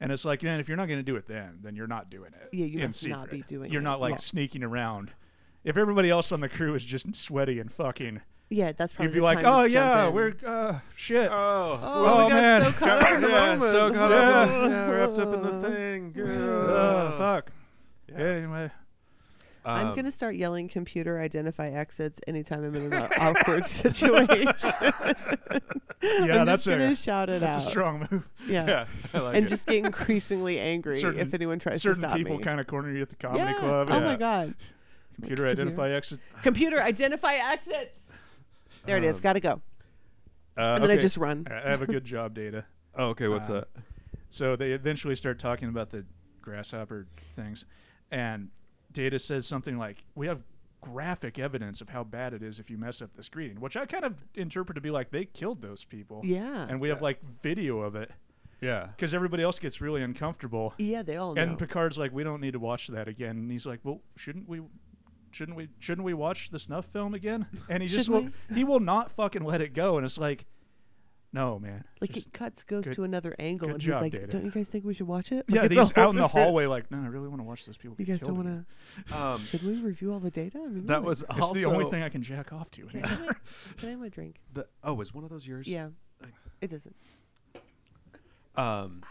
and it's like man if you're not going to do it then then you're not doing it Yeah, you in must not be secret. doing you're it. not like Yeah. sneaking around if everybody else on the crew is just sweaty and fucking yeah, that's probably You'd be the like, time to "Oh jump yeah, in. we're uh, shit." Oh. Oh, oh, we got man. so caught up in the yeah, moment. so caught up, in the, Yeah. yeah, wrapped up in the thing. Oh, Yeah. fuck. Yeah. Anyway, I'm Um, gonna start yelling computer identify exits anytime I'm in an awkward situation. yeah, I'm that's just gonna a shout it that's a out. strong move. yeah. Yeah, I like and it. just get increasingly angry Certain- if anyone tries to Certain stop people me. kind of corner you at the comedy yeah. club. Oh yeah. my god. Computer identify exit. Computer identify exits. There it Um, is. Got to go. Uh, And then I okay. just run. I I have a good job data. Oh, okay, what's Uh, that? So they eventually start talking about the grasshopper things, and Data says something like, "We have graphic evidence of how bad it is if you mess up this greeting," which I kind of interpret to be like they killed those people. Yeah. and we have like video of it Yeah. because everybody else gets really uncomfortable, yeah, they all know. and Picard's like, "We don't need to watch that again," and he's like, "Well, shouldn't we?" Shouldn't we? Shouldn't we watch the snuff film again? And he just Should will, he will not fucking let it go. And it's like, no, man. like Just- it cuts, goes good- to another angle, good and job, he's like, Data. "Don't you guys think we should watch it?" Like, yeah, it's he's all out in the different. hallway, like, no, I really want to watch those people. You get guys killed don't want again." to. Um, Should we reveal the data? I mean, that really. was It's also the only thing I can jack off to. Can I, have my, can I have my drink? the- oh, was one of those yours? Yeah. It doesn't. Um,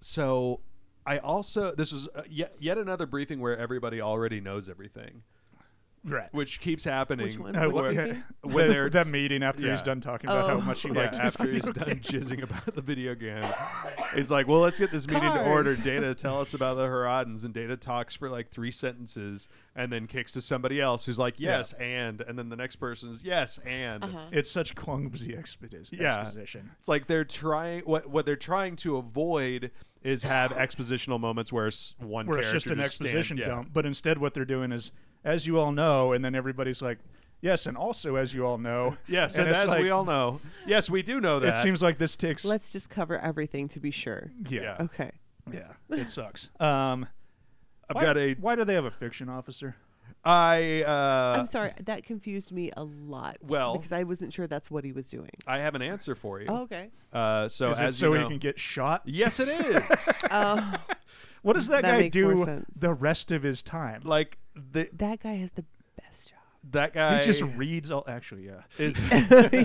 so I also this was uh, yet yet another briefing where everybody already knows everything, Right. which keeps happening. Which one? Uh, Which where- briefing? when the, they're that meeting after he's yeah. done talking about how Oh. much he Yeah, likes after he's done jizzing about the video game, he's like, "Well, let's get this meeting to order." Cars. Data, tell us about the Haradans, and Data talks for like three sentences, and then kicks to somebody else who's like, "Yes, and," and then the next person's, "Yes, and." It's such clumsy exposition. Yeah. exposition. It's like they're trying what what they're trying to avoid is have expositional moments where s- one Where it's character just an stand- exposition yeah. dump. But instead, what they're doing is, as you all know, and then everybody's like, yes, and also, as you all know. Yes, and and, it's as like- we all know, yes, we do know It that. seems like this takes. Let's just cover everything to be sure. yeah. yeah. Okay. Yeah. It sucks. Um, I've why, got a why do they have a fiction officer? I uh I'm sorry. That confused me a lot. well- because I wasn't sure that's what he was doing. I have an answer for you. Oh, okay. Uh so Is it as so you know, he can get shot? Yes it is. Oh, What does that, That guy makes more do sense. the rest of his time? like the, that guy has the best job. that guy he just reads all. Actually, yeah. is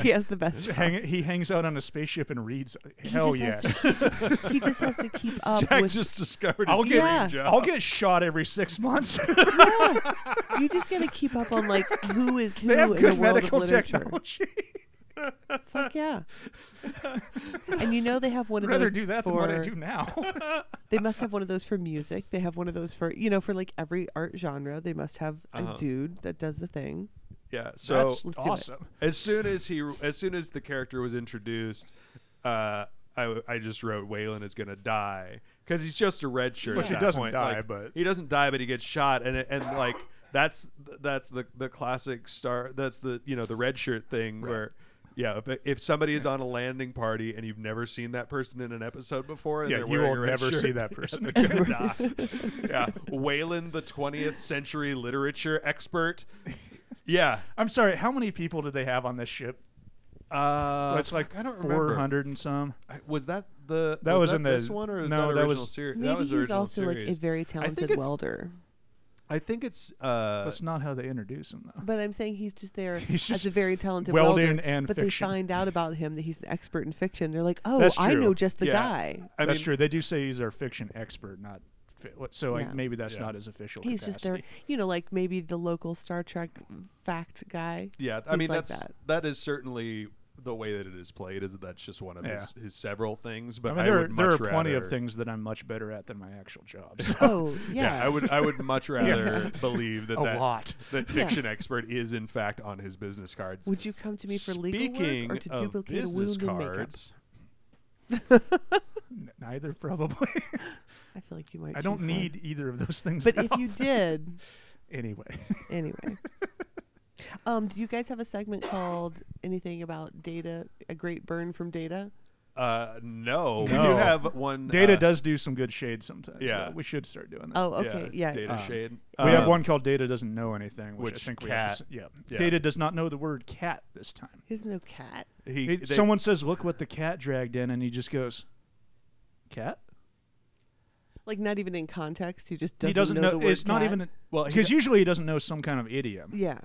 he has the best job. Hang, he hangs out on a spaceship and reads. He Hell just has yes. to keep- he just has to keep up Jack with. just discovered his I'll dream get- Yeah. job. I'll get shot every six months. yeah. You just gotta keep up on like who is who they have in the good world of medical literature. technology. Fuck yeah. and you know they have one I'd of rather those do that than for. what I do now. They must have one of those for music. They have one of those for you know for like every art genre. They must have Uh-huh. a dude that does the thing. yeah. So That's Let's do it. awesome. as soon as he as soon as the character was introduced uh I, I just wrote Waylon is gonna die because he's just a red shirt. Which at he that doesn't point. die, Like, but- he doesn't die, but he gets shot, and it- and like that's that's the the classic star. That's the you know the red shirt thing where. Yeah, if, if somebody is on a landing party and you've never seen that person in an episode before, and Yeah, they're you wearing will a red never shirt, see that person they're gonna die. yeah, Waylon, the 20th century literature expert. Yeah, I'm sorry. How many people did they have on this ship? uh, It's like I don't remember. 400 and some. I- Was that the That was in the- this one or is no, that, that original was- seri- Maybe that was he's original also series? like a very talented it's- welder. I think it's uh That's not how they introduce him though. But I'm saying he's just there He's as just a very talented welding welder. and but fiction. they find out about him that he's an expert in fiction. They're like, oh, That's I true. Oh know just the Yeah. guy. I that's mean, true. They do say he's our fiction expert, not. Fi- so like Yeah. maybe that's Yeah. not his official. He's just there, capacity. you know, like maybe the local Star Trek fact guy. Yeah, I He's mean like that's that. that is certainly the way that it is played is that that's just one of Yeah. his, his several things but I I, mean, there, are- would there are much plenty of rather- things that I'm much better at than my actual job. So Oh, yeah. yeah. I would I would much rather believe that a that, lot. that Yeah. fiction expert is in fact on his business cards. Would you come to me for legal Speaking work or to of duplicate a business wound in makeup? cards, N- neither probably. I feel like you might. I don't choose one. need either of those things. But now. if you did, anyway, anyway. Um, do you guys have a segment called anything about data? A great burn from data. uh no, we No. do have one data uh, does do some good shade sometimes. yeah. though. we should start doing that. Oh, okay, yeah. data shade. we have Um, one called "Data Doesn't Know Anything," which, which I think we cat- have. to s- Yeah. yeah. Data does not know the word "cat" this time. Here's no cat. He, He- they- someone says, "Look what the cat dragged in," and he just goes, "Cat." Like not even in context. He just doesn't, he doesn't know. the word it's not cat. even Well, he because usually he doesn't know some kind of idiom, Yeah.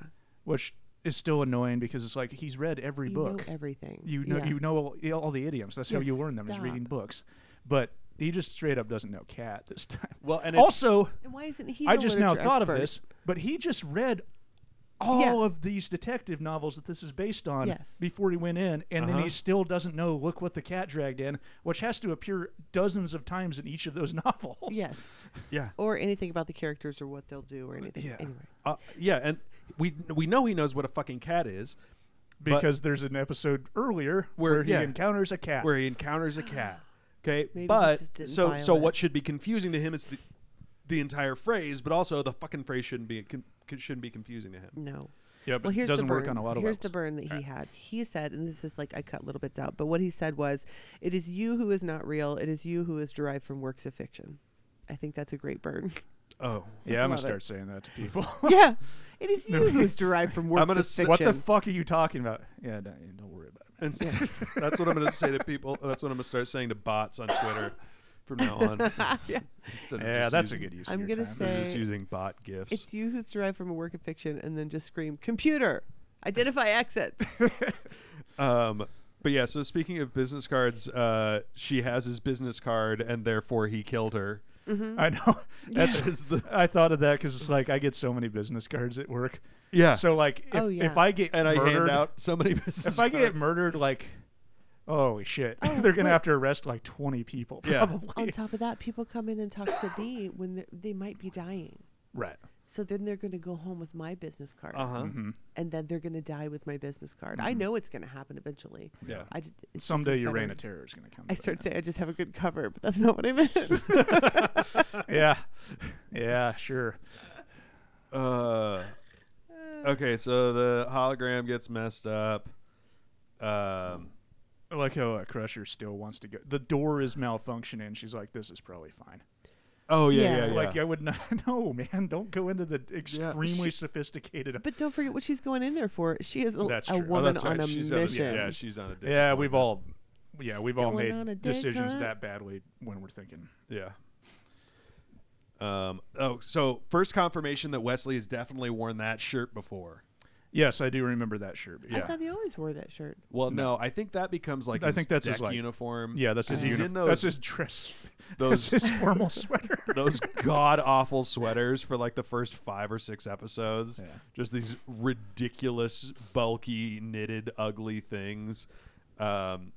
which is still annoying because it's like he's read every you book. know everything. you know Yeah. you know all, all the idioms. That's how you Yes, learn them is stop. reading books. But he just straight up doesn't know cat this time. Well, and it's- also And why isn't he? I the just now literature thought expert? of this, but he just read all Yeah. of these detective novels that this is based on Yes. before he went in, and Uh-huh. then he still doesn't know. Look what the cat dragged in, which has to appear dozens of times in each of those novels. Yes. Yeah. Or anything about the characters or what they'll do or anything. yeah. Anyway. Uh, yeah, and we we know he knows what a fucking cat is because there's an episode earlier Where- where, he yeah. encounters a cat. where he encounters a cat. Okay, Maybe he but just didn't so so violate. what should be confusing to him is the the entire phrase, but also the fucking phrase shouldn't be con- shouldn't be confusing to him. No. yeah, but well, here's doesn't the burn. work on a lot of here's levels. the burn that he had. He said, and this is like I cut little bits out, but what he said was, "It is you who is not real. It is you who is derived from works of fiction." I think that's a great burn. Oh, yeah, I'm Love gonna it. start saying that to people. yeah, it is you who is derived from works gonna of s- fiction. what the fuck are you talking about? Yeah, don't, don't worry about it. and s- that's what I'm going to say to people. That's what I'm going to start saying to bots on Twitter from now on. Instead of Yeah, just that's a using- good use. I'm of your gonna time. say- instead of just using bot gifs. It's you who's derived from a work of fiction, and then just scream, "Computer, identify exits." Um, but yeah, so speaking of business cards, uh, she has his business card, and therefore he killed her. I know. That's That is the I thought of that because it's like I get so many business cards at work. yeah. So like, if, Oh, yeah. if I get and I murdered, hand out so many business. if I get cards. murdered, like, holy shit, Oh, they're gonna have to arrest like twenty people Yeah. probably. On top of that, people come in and talk to me when they- they might be dying. right. So then they're going to go home with my business card, uh huh, Mm-hmm. and then they're going to die with my business card. I know it's going to happen eventually. yeah, I just it's just Someday a your better- reign of terror is gonna come. I to started an saying I just have a good cover, but that's not what I meant. end. Yeah. Yeah. Sure. Uh, okay, so the hologram gets messed up. Um, I like how uh, Crusher still wants to go. The door is malfunctioning. She's like, "This is probably fine." oh yeah, yeah, Yeah. yeah. Like, I would not. No, man, don't go into the extremely sophisticated. but don't forget what she's going in there for. She is a, That's a true. Oh, Oh, woman that's on right, a she's on mission. yeah, she's on a dick. Yeah, we've all. Yeah, we've all Going on a made dick decisions hunt. that badly when we're thinking. Yeah. Um. Oh, so first confirmation that Wesley has definitely worn that shirt before. Yes, I do remember that shirt. I Yeah, thought he always wore that shirt. Well, no, I think that becomes like I his think that's his, deck like- uniform. yeah, that's his He's uni- in those That's his dress. those- that's his formal sweater. those god awful sweaters for like the first five or six episodes. Yeah. Just these ridiculous, bulky, knitted, ugly things. Um,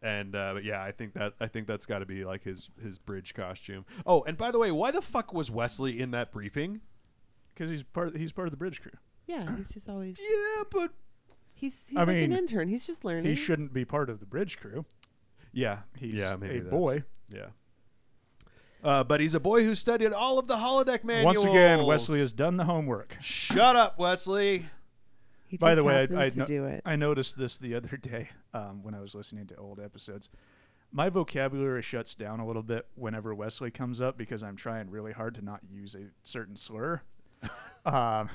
and uh, but yeah, I think that I think that's got to be like his his bridge costume. Oh, and by the way, why the fuck was Wesley in that briefing? Because he's part. He's part of the bridge crew. Yeah, he's just always Yeah, but he's he's I like an mean, intern. He's just learning. He shouldn't be part of the bridge crew. yeah, He's yeah, a maybe that's- boy. Yeah. Uh, but he's a boy who studied all of the holodeck manuals. Once again, Wesley has done the homework. Shut up, Wesley. He By just the way, happened I, I, to no- do it. I noticed this the other day um, when I was listening to old episodes. My vocabulary shuts down a little bit whenever Wesley comes up because I'm trying really hard to not use a certain slur. um,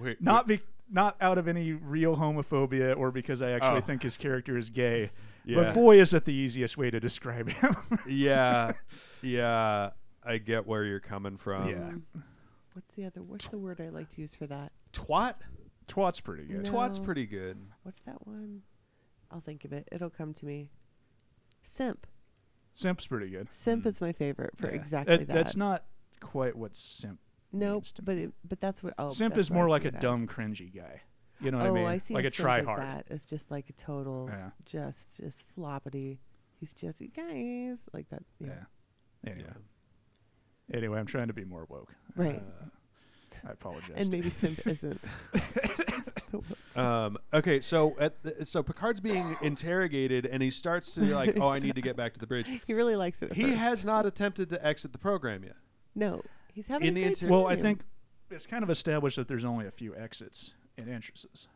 Wait, not be not out of any real homophobia or because I actually Oh. think his character is gay. Yeah. But boy, is it the easiest way to describe him. yeah, yeah. I get where you're coming from. yeah, What's the other? What's the word I like to use for that? Twat. twat's pretty good. No. Twat's pretty good. What's that one? I'll think of it. It'll come to me. Simp. Simp's pretty good. Simp is my favorite for Mm. Yeah. exactly that. That's not quite what simp. nope, means to but it, but that's what. Oh, simp that's is what more I like see a it as. dumb, cringy guy. You know what oh, I mean? see. like a a try simp as hard. That it's just like a total, Yeah. just just floppity. He's just guys like that. Yeah, Yeah. Anyway. Anyway, I'm trying to be more woke. Uh, right. I apologize. and maybe simp isn't. Um, okay, so at the, so Picard's being interrogated, and he starts to be like, "Oh, I need to get back to the bridge." He really likes it. at He first. has not attempted to exit the program yet. no. He's having in a the great inter- well, I time. think it's kind of established that there's only a few exits and entrances.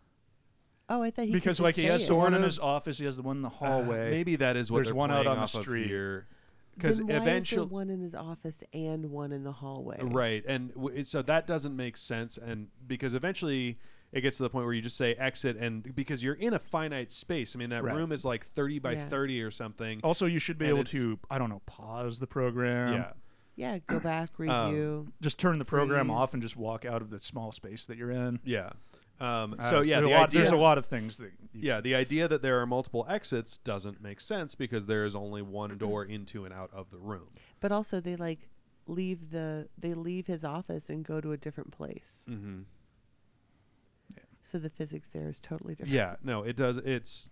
Oh, I thought he could because just like he say has it. the one in Sorta. his office, he has the one in the hallway. Uh-huh. Maybe that is what There's they're one out playing on the off of street. here. Because Then why is there eventually, one in his office and one in the hallway. Right. And w- so that doesn't make sense. And because eventually it gets to the point where you just say exit, and because you're in a finite space. I mean, that Right. Oh, room is like 30 by Yeah. 30 or something. Also, you should be And able it's- to I don't know pause the program. yeah. Yeah, go Um, back, review. Just turn the program off Freeze. and just walk out of the small space that you're in. Yeah. Um, so Uh, yeah, there are the a lot, idea, there's a lot of things that you, yeah, the idea that there are multiple exits doesn't make sense because there is only one door into and out of the room. But also they like leave the they leave his office and go to a different place. Mm-hmm. So the physics there is totally different. Yeah, no, it does. It's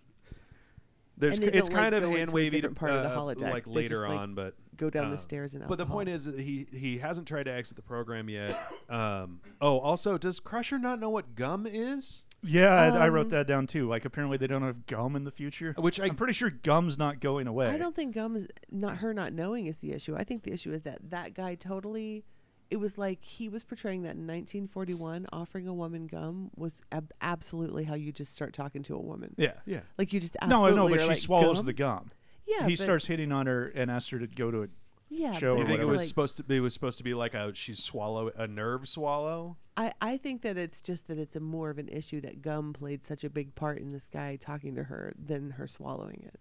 there's And they it's don't, kind like, go of into a hand wavy different part of the holodeck. like They later just, like, on, but Go down Um, the stairs and out. But the point hall. is that he he hasn't tried to exit the program yet. Um, oh, also, does Crusher not know what gum is? yeah. I, I Um, wrote that down too. Like apparently they don't have gum in the future, Which I I'm pretty sure gum's not going away. I don't think gum is not her not knowing is the issue. I think the issue is that that guy totally. It was like he was portraying that in 1941, offering a woman gum was ab- absolutely how you just start talking to a woman. yeah. yeah. Like you just No, I absolutely know, but are she like, swallows gum? the gum. Yeah, he but- starts hitting on her and asks her to go to a yeah, show or but You think it I feel whatever. was like- supposed to? It was supposed to be like a she swallow a nerve swallow. I, I think that it's just that it's a more of an issue that gum played such a big part in this guy talking to her than her swallowing it.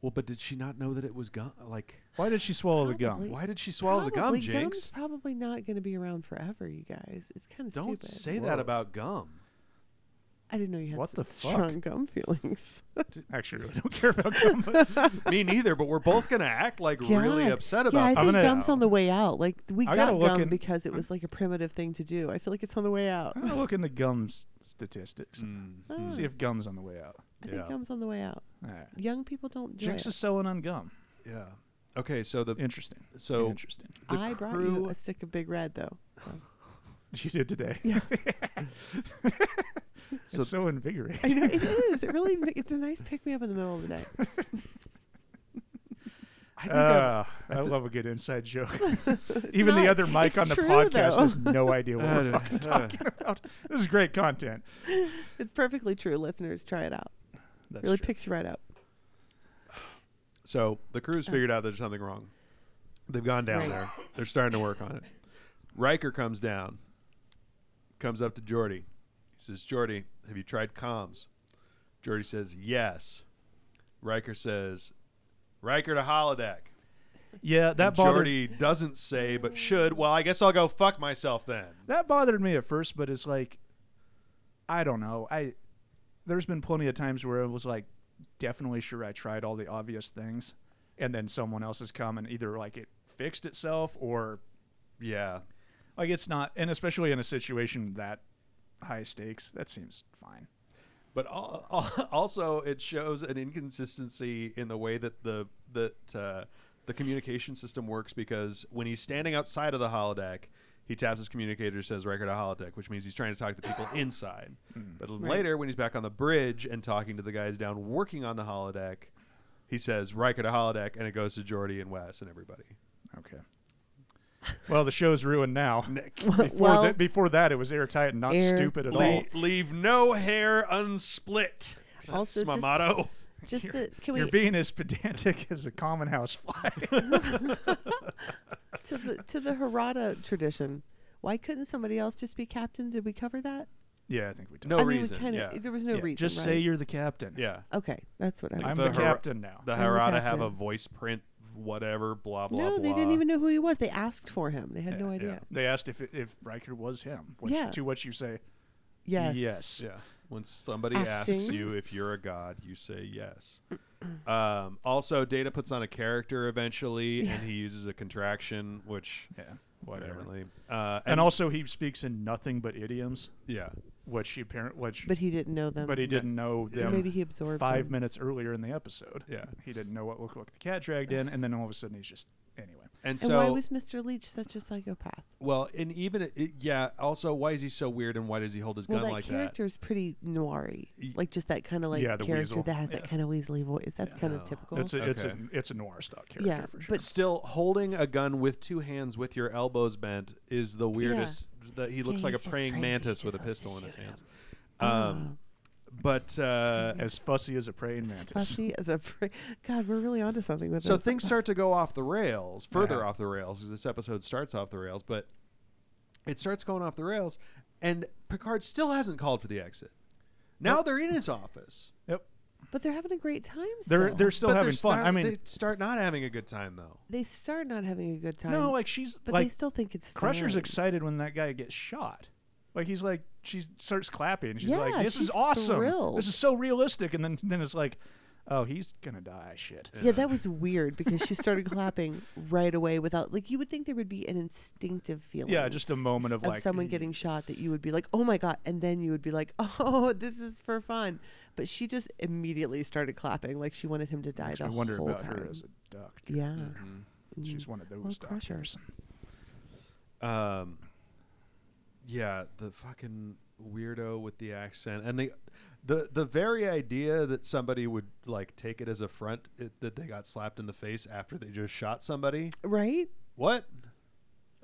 Well, but did she not know that it was gum? Like, Why did she swallow the gum? Probably. why did she swallow Probably the gum, Gum's Jinx? probably not going to be around forever, you guys. It's kind of Don't stupid. say that about gum. I didn't know you had What such the fuck? strong gum feelings. Actually, I really don't care about gum. But Me neither. But we're both gonna act like really God. upset Yeah, I about. I'm think gonna- gum's on the way out. Like we I gotta got look gum in- because it was like a primitive thing to do. I feel like it's on the way out. I'm gonna look into gum's statistics. Mm. Ah, Hmm. See if gum's on the way out. I think yeah. gum's on the way out. All right. Young people don't do Jinx it. is selling on gum. Yeah. Okay, so the Interesting. so Interesting. the I brought crew- you a stick of Big Red though. So. You did today. Yeah. so, it's so invigorating. I know it is. It really it's a nice pick me up in the middle of the night. I think I've- Ah, I, love a good inside joke. Even not- the other mic it's on the true, podcast though. has no idea what we're Uh, fucking uh. talking about. This is great content. It's perfectly true. Listeners, try it out. That's really true. picks you right up. So the crew's figured out there's something wrong. They've gone down Right. there. They're starting to work on it. Riker comes down, comes up to Jordy. He says, Jordy, have you tried comms? Jordy says, yes. Riker says, Riker to holodeck. yeah, that And bothered Jordy doesn't say, but should. Well, I guess I'll go fuck myself then. that bothered me at first, but it's like, I don't know. I there's been plenty of times where I was like, definitely sure I tried all the obvious things, and then someone else has come and either like it fixed itself or Yeah. like it's not, and especially in a situation that high stakes, that seems fine. But al- al- also, it shows an inconsistency in the way that the that uh, the communication system works because when he's standing outside of the holodeck, he taps his communicator, says "Record a holodeck," which means he's trying to talk to people inside. But later, when he's back on the bridge and talking to the guys down working on the holodeck, he says "Record a holodeck," and it goes to Jordy and Wes and everybody. Okay. Well, the show's ruined now. Before, Well- that, before that, it was airtight and not Air- stupid at Le- all. leave no hair unsplit. That's Also, my just- motto. Just You're- the can You're we being as pedantic as a common house fly. to the to the Harada tradition. Why couldn't somebody else just be captain? Did we cover that? yeah, I think we did. No I mean, reason. we kind of yeah. there was no Yeah, reason. just right? say you're the captain. yeah. okay. That's what I. I'm was the, The thinking. Har- captain now. The the Harada have a captain. voice print, whatever, blah blah. No, blah. they didn't even know who he was. They asked for him. They had Yeah, no yeah. idea. They asked if it, if Riker was him. Which, Yeah. To which you say, Yes. yes. Yeah, when somebody asks Acting. you if you're a god, you say yes. um, also, Data puts on a character eventually, and he uses a contraction, which Yeah. Whatever. apparently, uh, And also, he speaks in nothing but idioms, yeah, which he apparent, which, But he didn't know them. but he didn't know Or them Maybe he absorbed five them. minutes earlier in the episode. yeah, He didn't know what look like the cat dragged in, and then all of a sudden he's just anyway. and And why so was Mr. Leach such a psychopath? well, and even it, yeah. Also, why is he so weird, and why does he hold his Well, gun that like that? character is pretty noiry. Y- Like just that kind of like Yeah, the character weasel. that has that Yeah. kind of weaselly voice. That's kind No. of typical. It's a it's Oh. a Okay. it's a noir stock character yeah, for sure. but Still holding a gun with two hands with your elbows bent is the weirdest. That he looks Yeah, like a he's just praying crazy. He mantis just with a wants to pistol in his shoot him. hands. Ah. Um, but uh, as fussy as a praying mantis. fussy as a pre- God, we're really onto something with so this. things start to go off the rails, further Yeah. off the rails, because this episode starts off the rails. But it starts going off the rails, and Picard still hasn't called for the exit. Now they're in his office. Yep. but they're having a great time. They're still. they're still but having they're fun. I start- mean, they start not having a good time though. they start not having a good time. no, like she's but they like still think it's Crusher's fine. excited when that guy gets shot. Like he's like, she starts clapping. She's Yeah, like, "This she's is awesome. thrilled. This is so realistic." And then then it's like, "Oh, he's gonna die." Shit. Yeah, that was weird because she started clapping right away without like you would think there would be an instinctive feeling. Yeah, just a moment of, of like someone getting shot that you would be like, "Oh my god," and then you would be like, "Oh, this is for fun." But she just immediately started clapping like she wanted him to die Makes the me wonder whole about time. her as a Mm-hmm. doctor. yeah. She's one of those Well, crush her. doctors. Um, yeah, the fucking weirdo with the accent and the the the very idea that somebody would like take it as a front it, that they got slapped in the face after they just shot somebody. Right? What?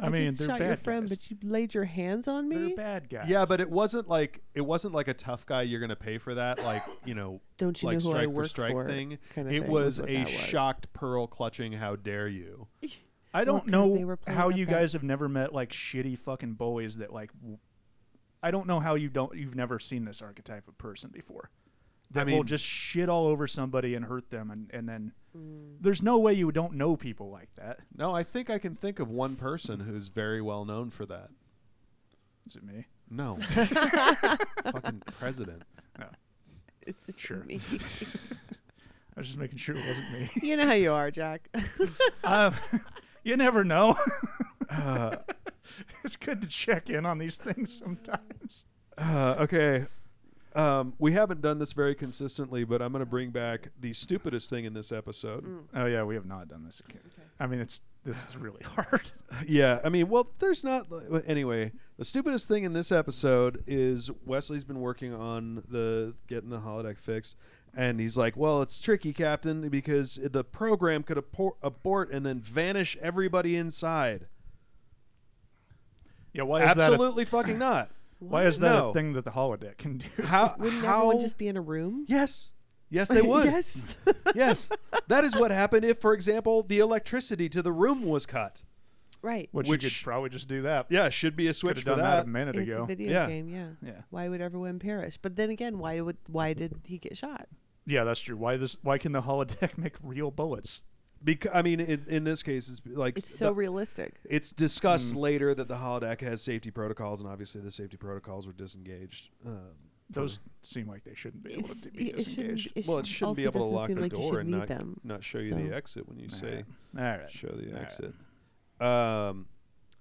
I, mean, just they're shot bad your friend, guys. but you laid your hands on they're me. bad guys. Yeah, but it wasn't like it wasn't like a tough guy. You're gonna pay for that. Like you know, Don't you like know who I strike for work strike for thing. kinda it thing was was what a that was. shocked pearl clutching. How dare you? I Well, don't 'cause they know were playing how up you that- guys have never met like shitty fucking boys that like. W- I don't know how you don't you've never seen this archetype of person before. That will mean- just shit all over somebody and hurt them, and and then Mm. there's no way you don't know people like that. No, I think I can think of one person who's very well known for that. Is it me? No, fucking president. It's Sure. me. I was just making sure it wasn't me. you know how you are, Jack. Uh, you never know. Uh. it's good to check in on these things sometimes. Uh, okay. Um, we haven't done this very consistently, but I'm going to bring back the stupidest thing in this episode. Oh yeah, we have not done this again. I mean, it's this is really hard. Yeah, I mean, well, there's not. but Anyway, the stupidest thing in this episode is Wesley's been working on the getting the holodeck fixed, and he's like, "Well, it's tricky, Captain, because the program could abor- abort and then vanish everybody inside." Yeah, why is that? A, Absolutely fucking not. why is that No. a thing that the holodeck can do? How? Wouldn't how? everyone just be in a room? yes, yes, they would. yes. yes, that is what happened if, for example, the electricity to the room was cut. right. Which, you Which- could probably just do that. Yeah, should be a could switch have for done that. that. a minute It's ago. a video Yeah. game, yeah. Yeah. Why would everyone perish? But then again, why would why did he get shot? yeah, that's true. Why this? Why can the holodeck make real bullets? Because I mean, in, in this case, it's like It's so the- realistic. it's discussed later that the holodeck has safety protocols, and obviously the safety protocols were disengaged. Um, Those seem like they shouldn't be able It's- to be it shouldn't, disengaged. it well, it should- shouldn't be also able to doesn't lock seem the like you should door and need not them. not show you so- the exit when you say All right. show All the right. exit. Um,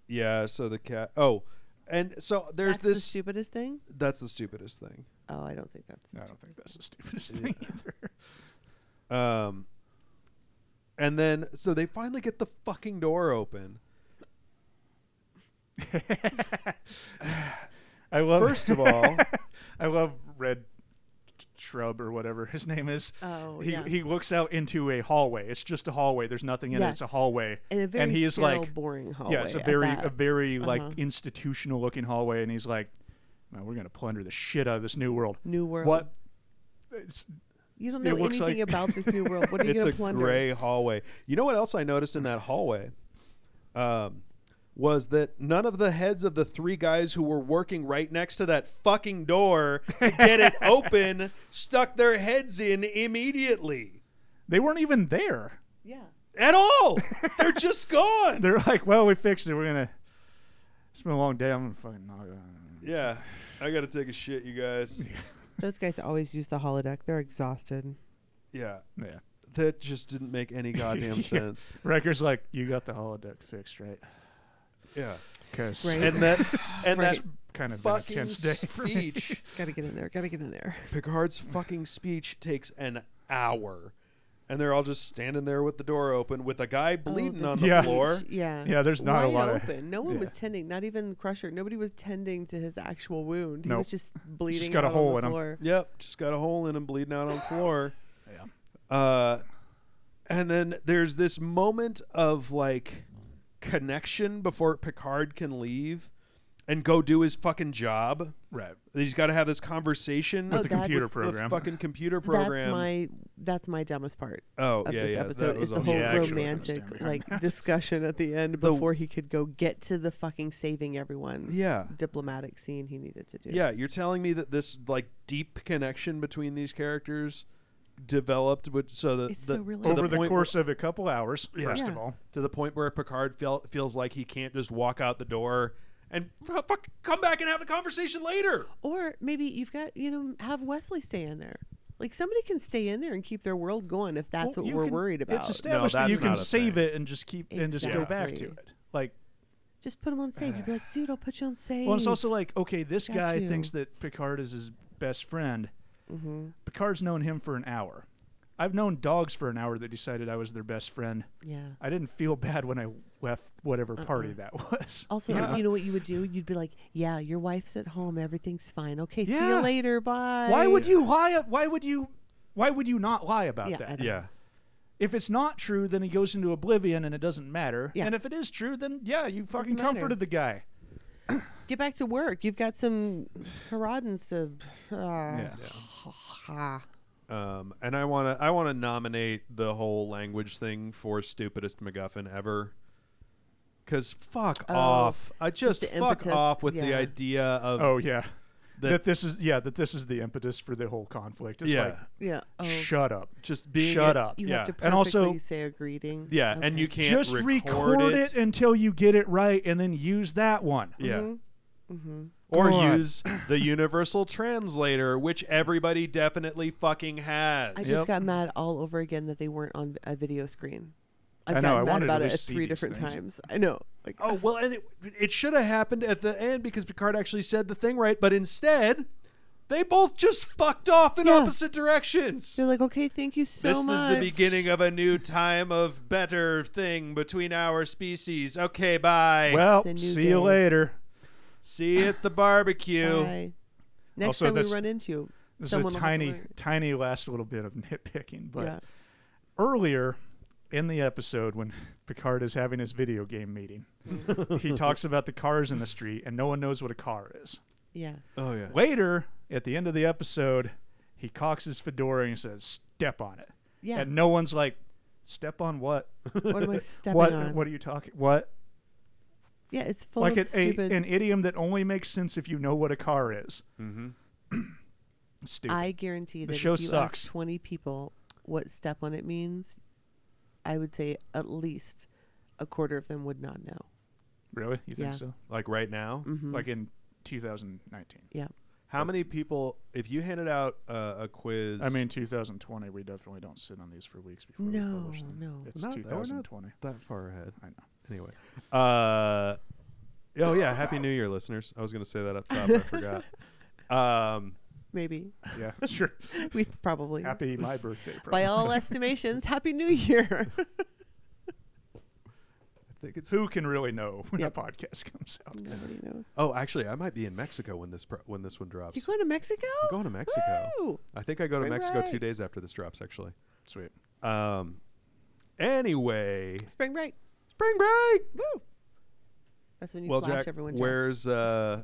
yeah. So the cat. Oh, and so there's That's the this. stupidest thing. that's the stupidest thing. Oh, I don't think that's. the I don't think that's the stupidest thing either. Um, and then so they finally get the fucking door open. I love. First of all, I love Red Shrub or whatever his name is. Oh, he, yeah. he looks out into a hallway. It's just a hallway. There's nothing in Yeah. it. It's a hallway. And a very he is sterile, like, boring hallway. yeah, it's a at very that. a very like Uh-huh. institutional looking hallway, and he's like, "Man, we're gonna plunder the shit out of this new world." new world. What? It's, You don't it know looks anything like- about this new world. What are you it's going a to plunder? gray hallway. You know what else I noticed in that hallway? Um, was that none of the heads of the three guys who were working right next to that fucking door to get it open stuck their heads in immediately they weren't even there. Yeah. at all? They're just gone. They're like, "Well, we fixed it. We're gonna." It's been a long day. I'm gonna fucking knock it out." Yeah, I gotta take a shit, you guys. Those guys always use the holodeck. They're exhausted. Yeah, Yeah. that just didn't make any goddamn Yeah. sense. Riker's like, "You got the holodeck fixed, right?" Yeah, Because Right. and that's and that's that kind of been a fucking tense day for me. speech. Got to get in there. Got to get in there. Picard's fucking speech takes an hour. And they're all just standing there with the door open with a guy bleeding Oh, on that's the Yeah. floor. huge. Yeah. Yeah, there's not a Wide lot of- open. No one yeah. was tending. Not even Crusher. Nobody was tending to his actual wound. He Nope. was just bleeding. got a out hole on in the him. floor. Yep, just got a hole in him bleeding out on the floor. Uh, and then there's this moment of like connection before Picard can leave and go do his fucking job. Right. He's got to have this conversation Oh, With the that's- computer the the program. fucking computer program. That's my that's my dumbest part oh, of yeah, this yeah. that episode was is the awesome. whole Yeah, actually, I romantic understand behind like discussion at the end before he could go get to the fucking saving everyone Yeah. diplomatic scene he needed to do. Yeah, you're telling me that this like deep connection between these characters developed, which so that It's the, so realistic. to Over the, point course of a couple hours, first Yeah. of all. to the point where Picard feel, feels like he can't just walk out the door and f- fuck, come back and have the conversation later. Or maybe you've got, you know, have Wesley stay in there. Like somebody can stay in there and keep their world going if that's Well, what you we're can- worried about. It's established that that's you can not a save thing. it and just keep and just go back to Exactly. it. Like, Just put him on save. You'd be like, dude, I'll put you on save. well, it's also like, okay, this Got guy you. thinks that Picard is his best friend. Mm-hmm. Picard's known him for an hour. I've known dogs for an hour that decided I was their best friend. yeah. I didn't feel bad when I left whatever Uh-uh. party that was. Also, you know what you would do? You'd be like, "Yeah, your wife's at home. Everything's fine. Okay, see Yeah. you later. Bye." Why would you lie? Why would you? Why would you not lie about Yeah, I that? know. Yeah. If it's not true, then he goes into oblivion and it doesn't matter. Yeah. And if it is true, then yeah, you fucking matter. comforted the guy. get back to work? You've got some Herodins to. Uh, Yeah. Ah, ha. Um, and I want to I want to nominate the whole language thing for stupidest MacGuffin ever. Cause fuck off! I just, Oh, the fuck impetus, off with the yeah. idea of Oh yeah. That- That, this is yeah that this is the impetus for the whole conflict. It's yeah, like Yeah. Oh, shut up, just being shut a- up. you yeah, have to perfectly And also- say a greeting. yeah, and you can't Just record, it. until you get it right, and then use that one. Yeah. Mm-hmm. Or Come on. use the universal translator, which everybody definitely fucking has. I just got mad all over again that they weren't on a video screen. I've I know, I gotten mad wanted to about at it least see three these different things. times. I know. Like, Oh well, and it, it should have happened at the end because Picard actually said the thing right, but instead, they both just fucked off in Yeah. opposite directions. they're like, "Okay, thank you so this much." is the beginning of a new time of better thing between our species. Okay, bye. Well, It's a new see day. you later. See you at the barbecue. Bye. Next Also, time this- we run into you, This someone is a will have to tiny, learn. tiny last little bit of nitpicking, but Yeah. earlier in the episode when Picard is having his video game meeting, he talks about the cars in the street and no one knows what a car is. Yeah. Oh yeah. Later, at the end of the episode, he cocks his fedora and says, "Step on it." Yeah. And no one's like, "Step on what? What am I stepping what? on? What are you talking? What?" yeah, it's full like of an, a, stupid. an idiom that only makes sense if you know what a car is. Mm-hmm. Stupid. I guarantee that show if you sucks. ask 20 people what step on it means, I would say at least a quarter of them would not know. really? You think Yeah. so? Like right now, Mm-hmm. Like in 2019. Yeah. how many people? If you handed out uh, a quiz, I mean, 2020. We definitely don't sit on these for weeks before we No, publish them. no. It's Not- we're not- 2020. that far ahead. I know. Anyway. Uh, oh yeah, happy New Year, listeners. I was gonna say that up top. I forgot. Um, Maybe. Yeah, sure. We probably. Happy my birthday. By all estimations, Happy New Year. I think it's. Who can really know when Yep. the podcast comes out? Nobody knows. Oh, actually, I might be in Mexico when this pro- when this one drops. You going to Mexico? I'm going to Mexico. Woo! I think I go to Spring Mexico break. two days after this drops. Actually. Sweet. Um. Anyway, Spring break. spring break. Woo! That's when you well, flash Jack, everyone. Jack. where's uh,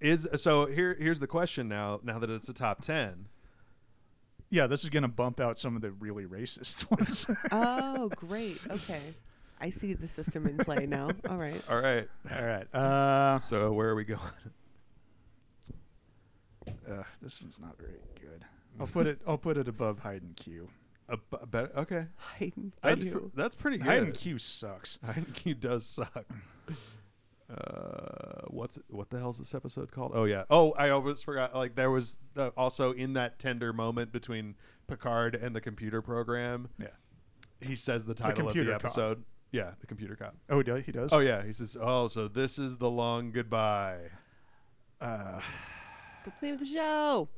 is so here? Here's the question now. Now that it's a top ten, Yeah, this is gonna bump out some of the really racist ones. Oh, great. Okay. I see the system in play now. All right. all right. all right. Uh, So where are we going? ugh, this one's not very good. I'll put it. I'll put it above Haydn Q. A b- better, okay. Hayden. That's you. pr- that's pretty good. Haydn Q sucks. Heineke does suck. Uh, what's what the hell's this episode called? Oh yeah. Oh, I almost forgot. Like there was uh, also in that tender moment between Picard and the computer program. Yeah. He says the title of computer the cop. episode. Yeah, the computer cop. Oh, he does- he does. Oh yeah, he says. Oh, so this is the long goodbye. That's the name of the show.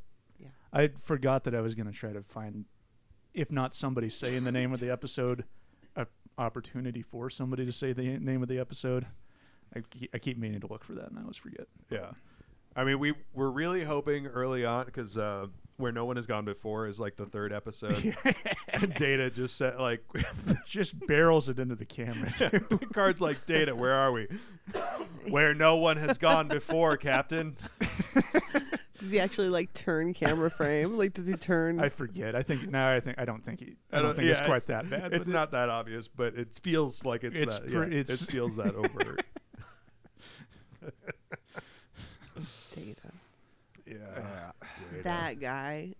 I forgot that I was going to try to find, if not somebody saying the name of the episode, a opportunity for somebody to say the name of the episode. I, ke- I keep meaning to look for that, and I always forget. Yeah. I mean, we were really hoping early on because uh, where no one has gone before is like the third episode. and Data just said, like, Just barrels it into the camera. Picard's like, Data, where are we? where no one has gone before, Captain. Does he actually like turn camera frame? Like, does he turn? I forget. I think no. I think I don't think he. I don't, think it's yeah, quite that bad. It's but it- not that obvious, but it feels like it's, It's that. pre- yeah, it's- it feels that over. Data. yeah. Yeah. Data. That guy.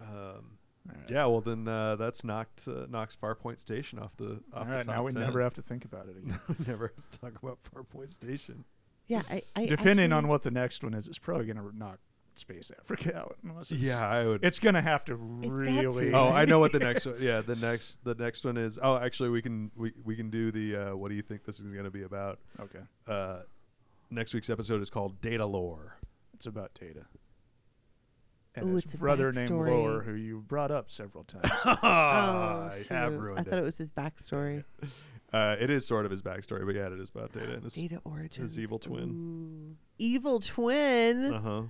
Um, All right. right. Yeah, well then uh, that's knocked uh, knocks Farpoint Station off the All off the right. top Now we 10. never have to think about it again. we never have to talk about Farpoint Station. Yeah, I, I Depending actually- on what the next one is, it's probably going to knock Space Africa out. Unless it's, Yeah, I would. It's going to have to got really. to. oh, I know what the next one. Yeah, the next the next one is. Oh, actually, we can we, we can do the. Uh, what do you think this is going to be about? Okay. Uh, next week's episode is called Data Lore. It's about Data. And Ooh, his it's a brother named backstory. Lore, who you brought up several times. Ah, Oh, I shoot. have I ruined thought it it. was his backstory. Uh, it is sort of his backstory, but yeah, it is about Data and his. Data origins. evil twin. Evil twin. Uh huh.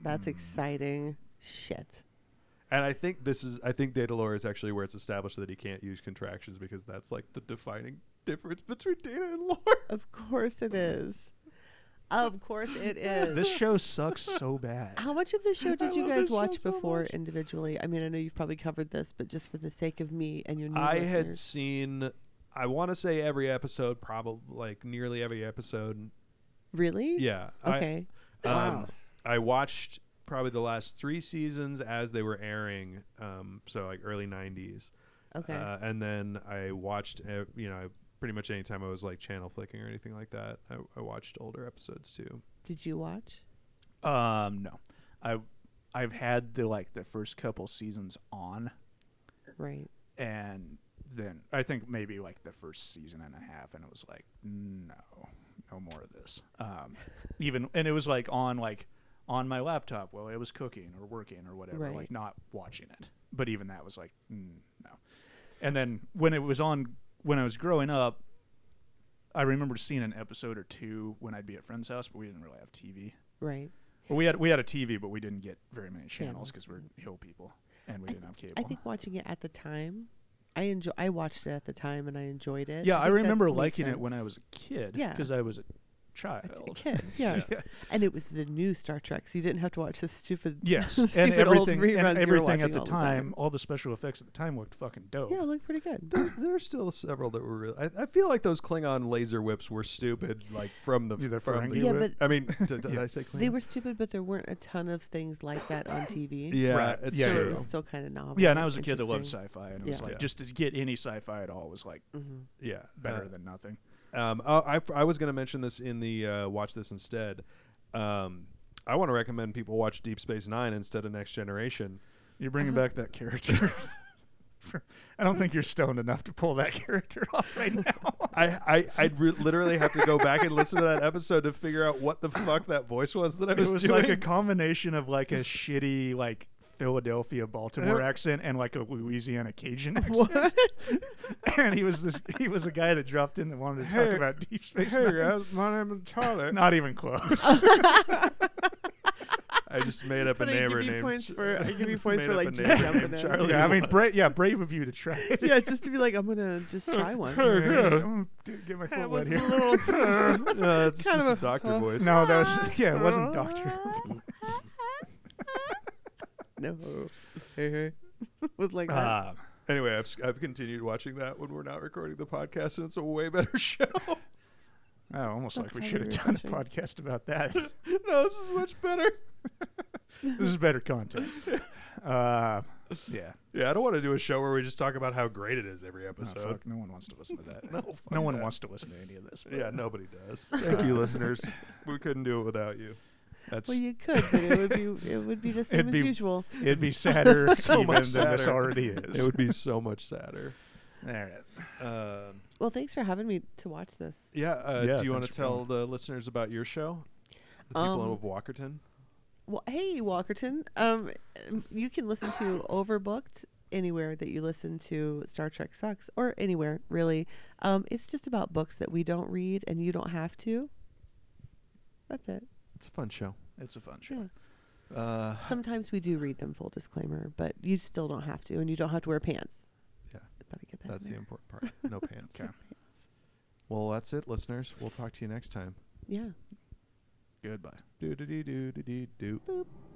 That's exciting. Shit. And I think this is I think data lore is actually where it's established that he can't use contractions because that's like the defining difference between data and lore. Of course it is. Of course it is. this show sucks so bad. How much of the show did I you love guys this show watch so before much. individually? I mean, I know you've probably covered this, but just for the sake of me and your new I had listeners. seen I want to say every episode probably like nearly every episode. really? Yeah. I- Okay. um, Wow. I watched probably the last 3 seasons as they were airing um so like early 90s. Okay. Uh, and then I watched uh, you know pretty much any time I was like channel flicking or anything like that. I, I watched older episodes too. did you watch? Um, no, I I've had the like the first couple seasons on, Right. and then I think maybe like the first season and a half, and it was like no, no more of this. Um, even and it was like on like on my laptop while I was cooking or working or whatever, Right. like not watching it. But even that was like mm, no. And then when it was on when I was growing up. I remember seeing an episode or two when I'd be at friends' house, but we didn't really have TV. Right. Well, we had we had a TV, but we didn't get very many channels Channels, because we're hill people and we I didn't have cable. I think watching it at the time, I enjoy. I watched it at the time and I enjoyed it. yeah, I, think that remember made liking it when I sense. was a kid. Yeah. because I was a As a child. kid. Yeah. Yeah. and it was the new Star Trek, so you didn't have to watch the stupid Yes, stupid and old everything, reruns you were and everything watching at the all time, all the special effects at the time looked fucking dope. Yeah, it looked pretty good. there, there are still several that were really. I, I feel like those Klingon laser whips were stupid, like from the Yeah, they're from the. Ferengi Yeah, whip. I mean, did, did I say Klingon? They were stupid, but there weren't a ton of things like that on TV. Yeah, Right. it's Yeah, so true. it was still kind of novel. yeah, and I was a kid that loved interesting. Mm-hmm. sci-fi, and it was Yeah. like Yeah. just to get any sci-fi at all was like Yeah, better uh, than nothing. Um, oh, I, I was going to mention this in the uh, watch this instead. Um, I want to recommend people watch Deep Space Nine instead of Next Generation. You're bringing Uh-huh. back that character. I don't think you're stoned enough to pull that character off right now. I I I'd re- literally have to go back and listen to that episode to figure out what the fuck that voice was that I It was, was doing. like a combination of like a shitty like Philadelphia Baltimore Yeah. accent and like a Louisiana Cajun accent. and he was this he was a guy that dropped in that wanted to talk Hey. about deep space. Hey Nine. guys, my name is Charlie. Not even close. I just made up a But I give neighbor you named. points for I give you points Made for up like a just name jumping named in. Charlie. yeah, I mean, bra- yeah, brave of you to try. It. Yeah, just to be like, I'm gonna just try one. Hey, yeah, I'm gonna do- get my foot wet here. Uh, Kind it's just of a a- doctor uh, voice. No, that was yeah, it wasn't doctor. Oh. no. Hey, hey. was like that. Uh, Anyway, I've, I've continued watching that when we're not recording the podcast, and it's a way better show. oh, almost like we why should have we were done a watching. podcast about that. no, this is much better. this is better content. Uh, yeah. Yeah, I don't want to do a show where we just talk about how great it is every No, episode. fuck, no one wants to listen to that. no, no fuck one that. wants to listen to any of this. but- Yeah, nobody does. Thank you, listeners. We couldn't do it without you. That's Well, you could, but it would be it would be the same as be- usual. it'd be sadder So even much than this sadder. already is. It would be so much sadder. All right. Um, Well, thanks for having me to watch this. yeah, uh, Yeah, Do you want to thanks for coming. tell the listeners about your show? The people Um, of Walkerton. Well, hey, Walkerton. Um, you can listen to Overbooked anywhere that you listen to Star Trek Sucks or anywhere really. Um, it's just about books that we don't read and you don't have to. That's it. It's a fun show. It's a fun show. Yeah. Uh, Sometimes we do read them. Full disclaimer, but you still don't have to, and you don't have to wear pants. Yeah. I thought I'd get that. in that's the there. important part. No pants. Okay. Well, that's it, listeners. We'll talk to you next time. Yeah. Goodbye. Do do do do do do do. Boop.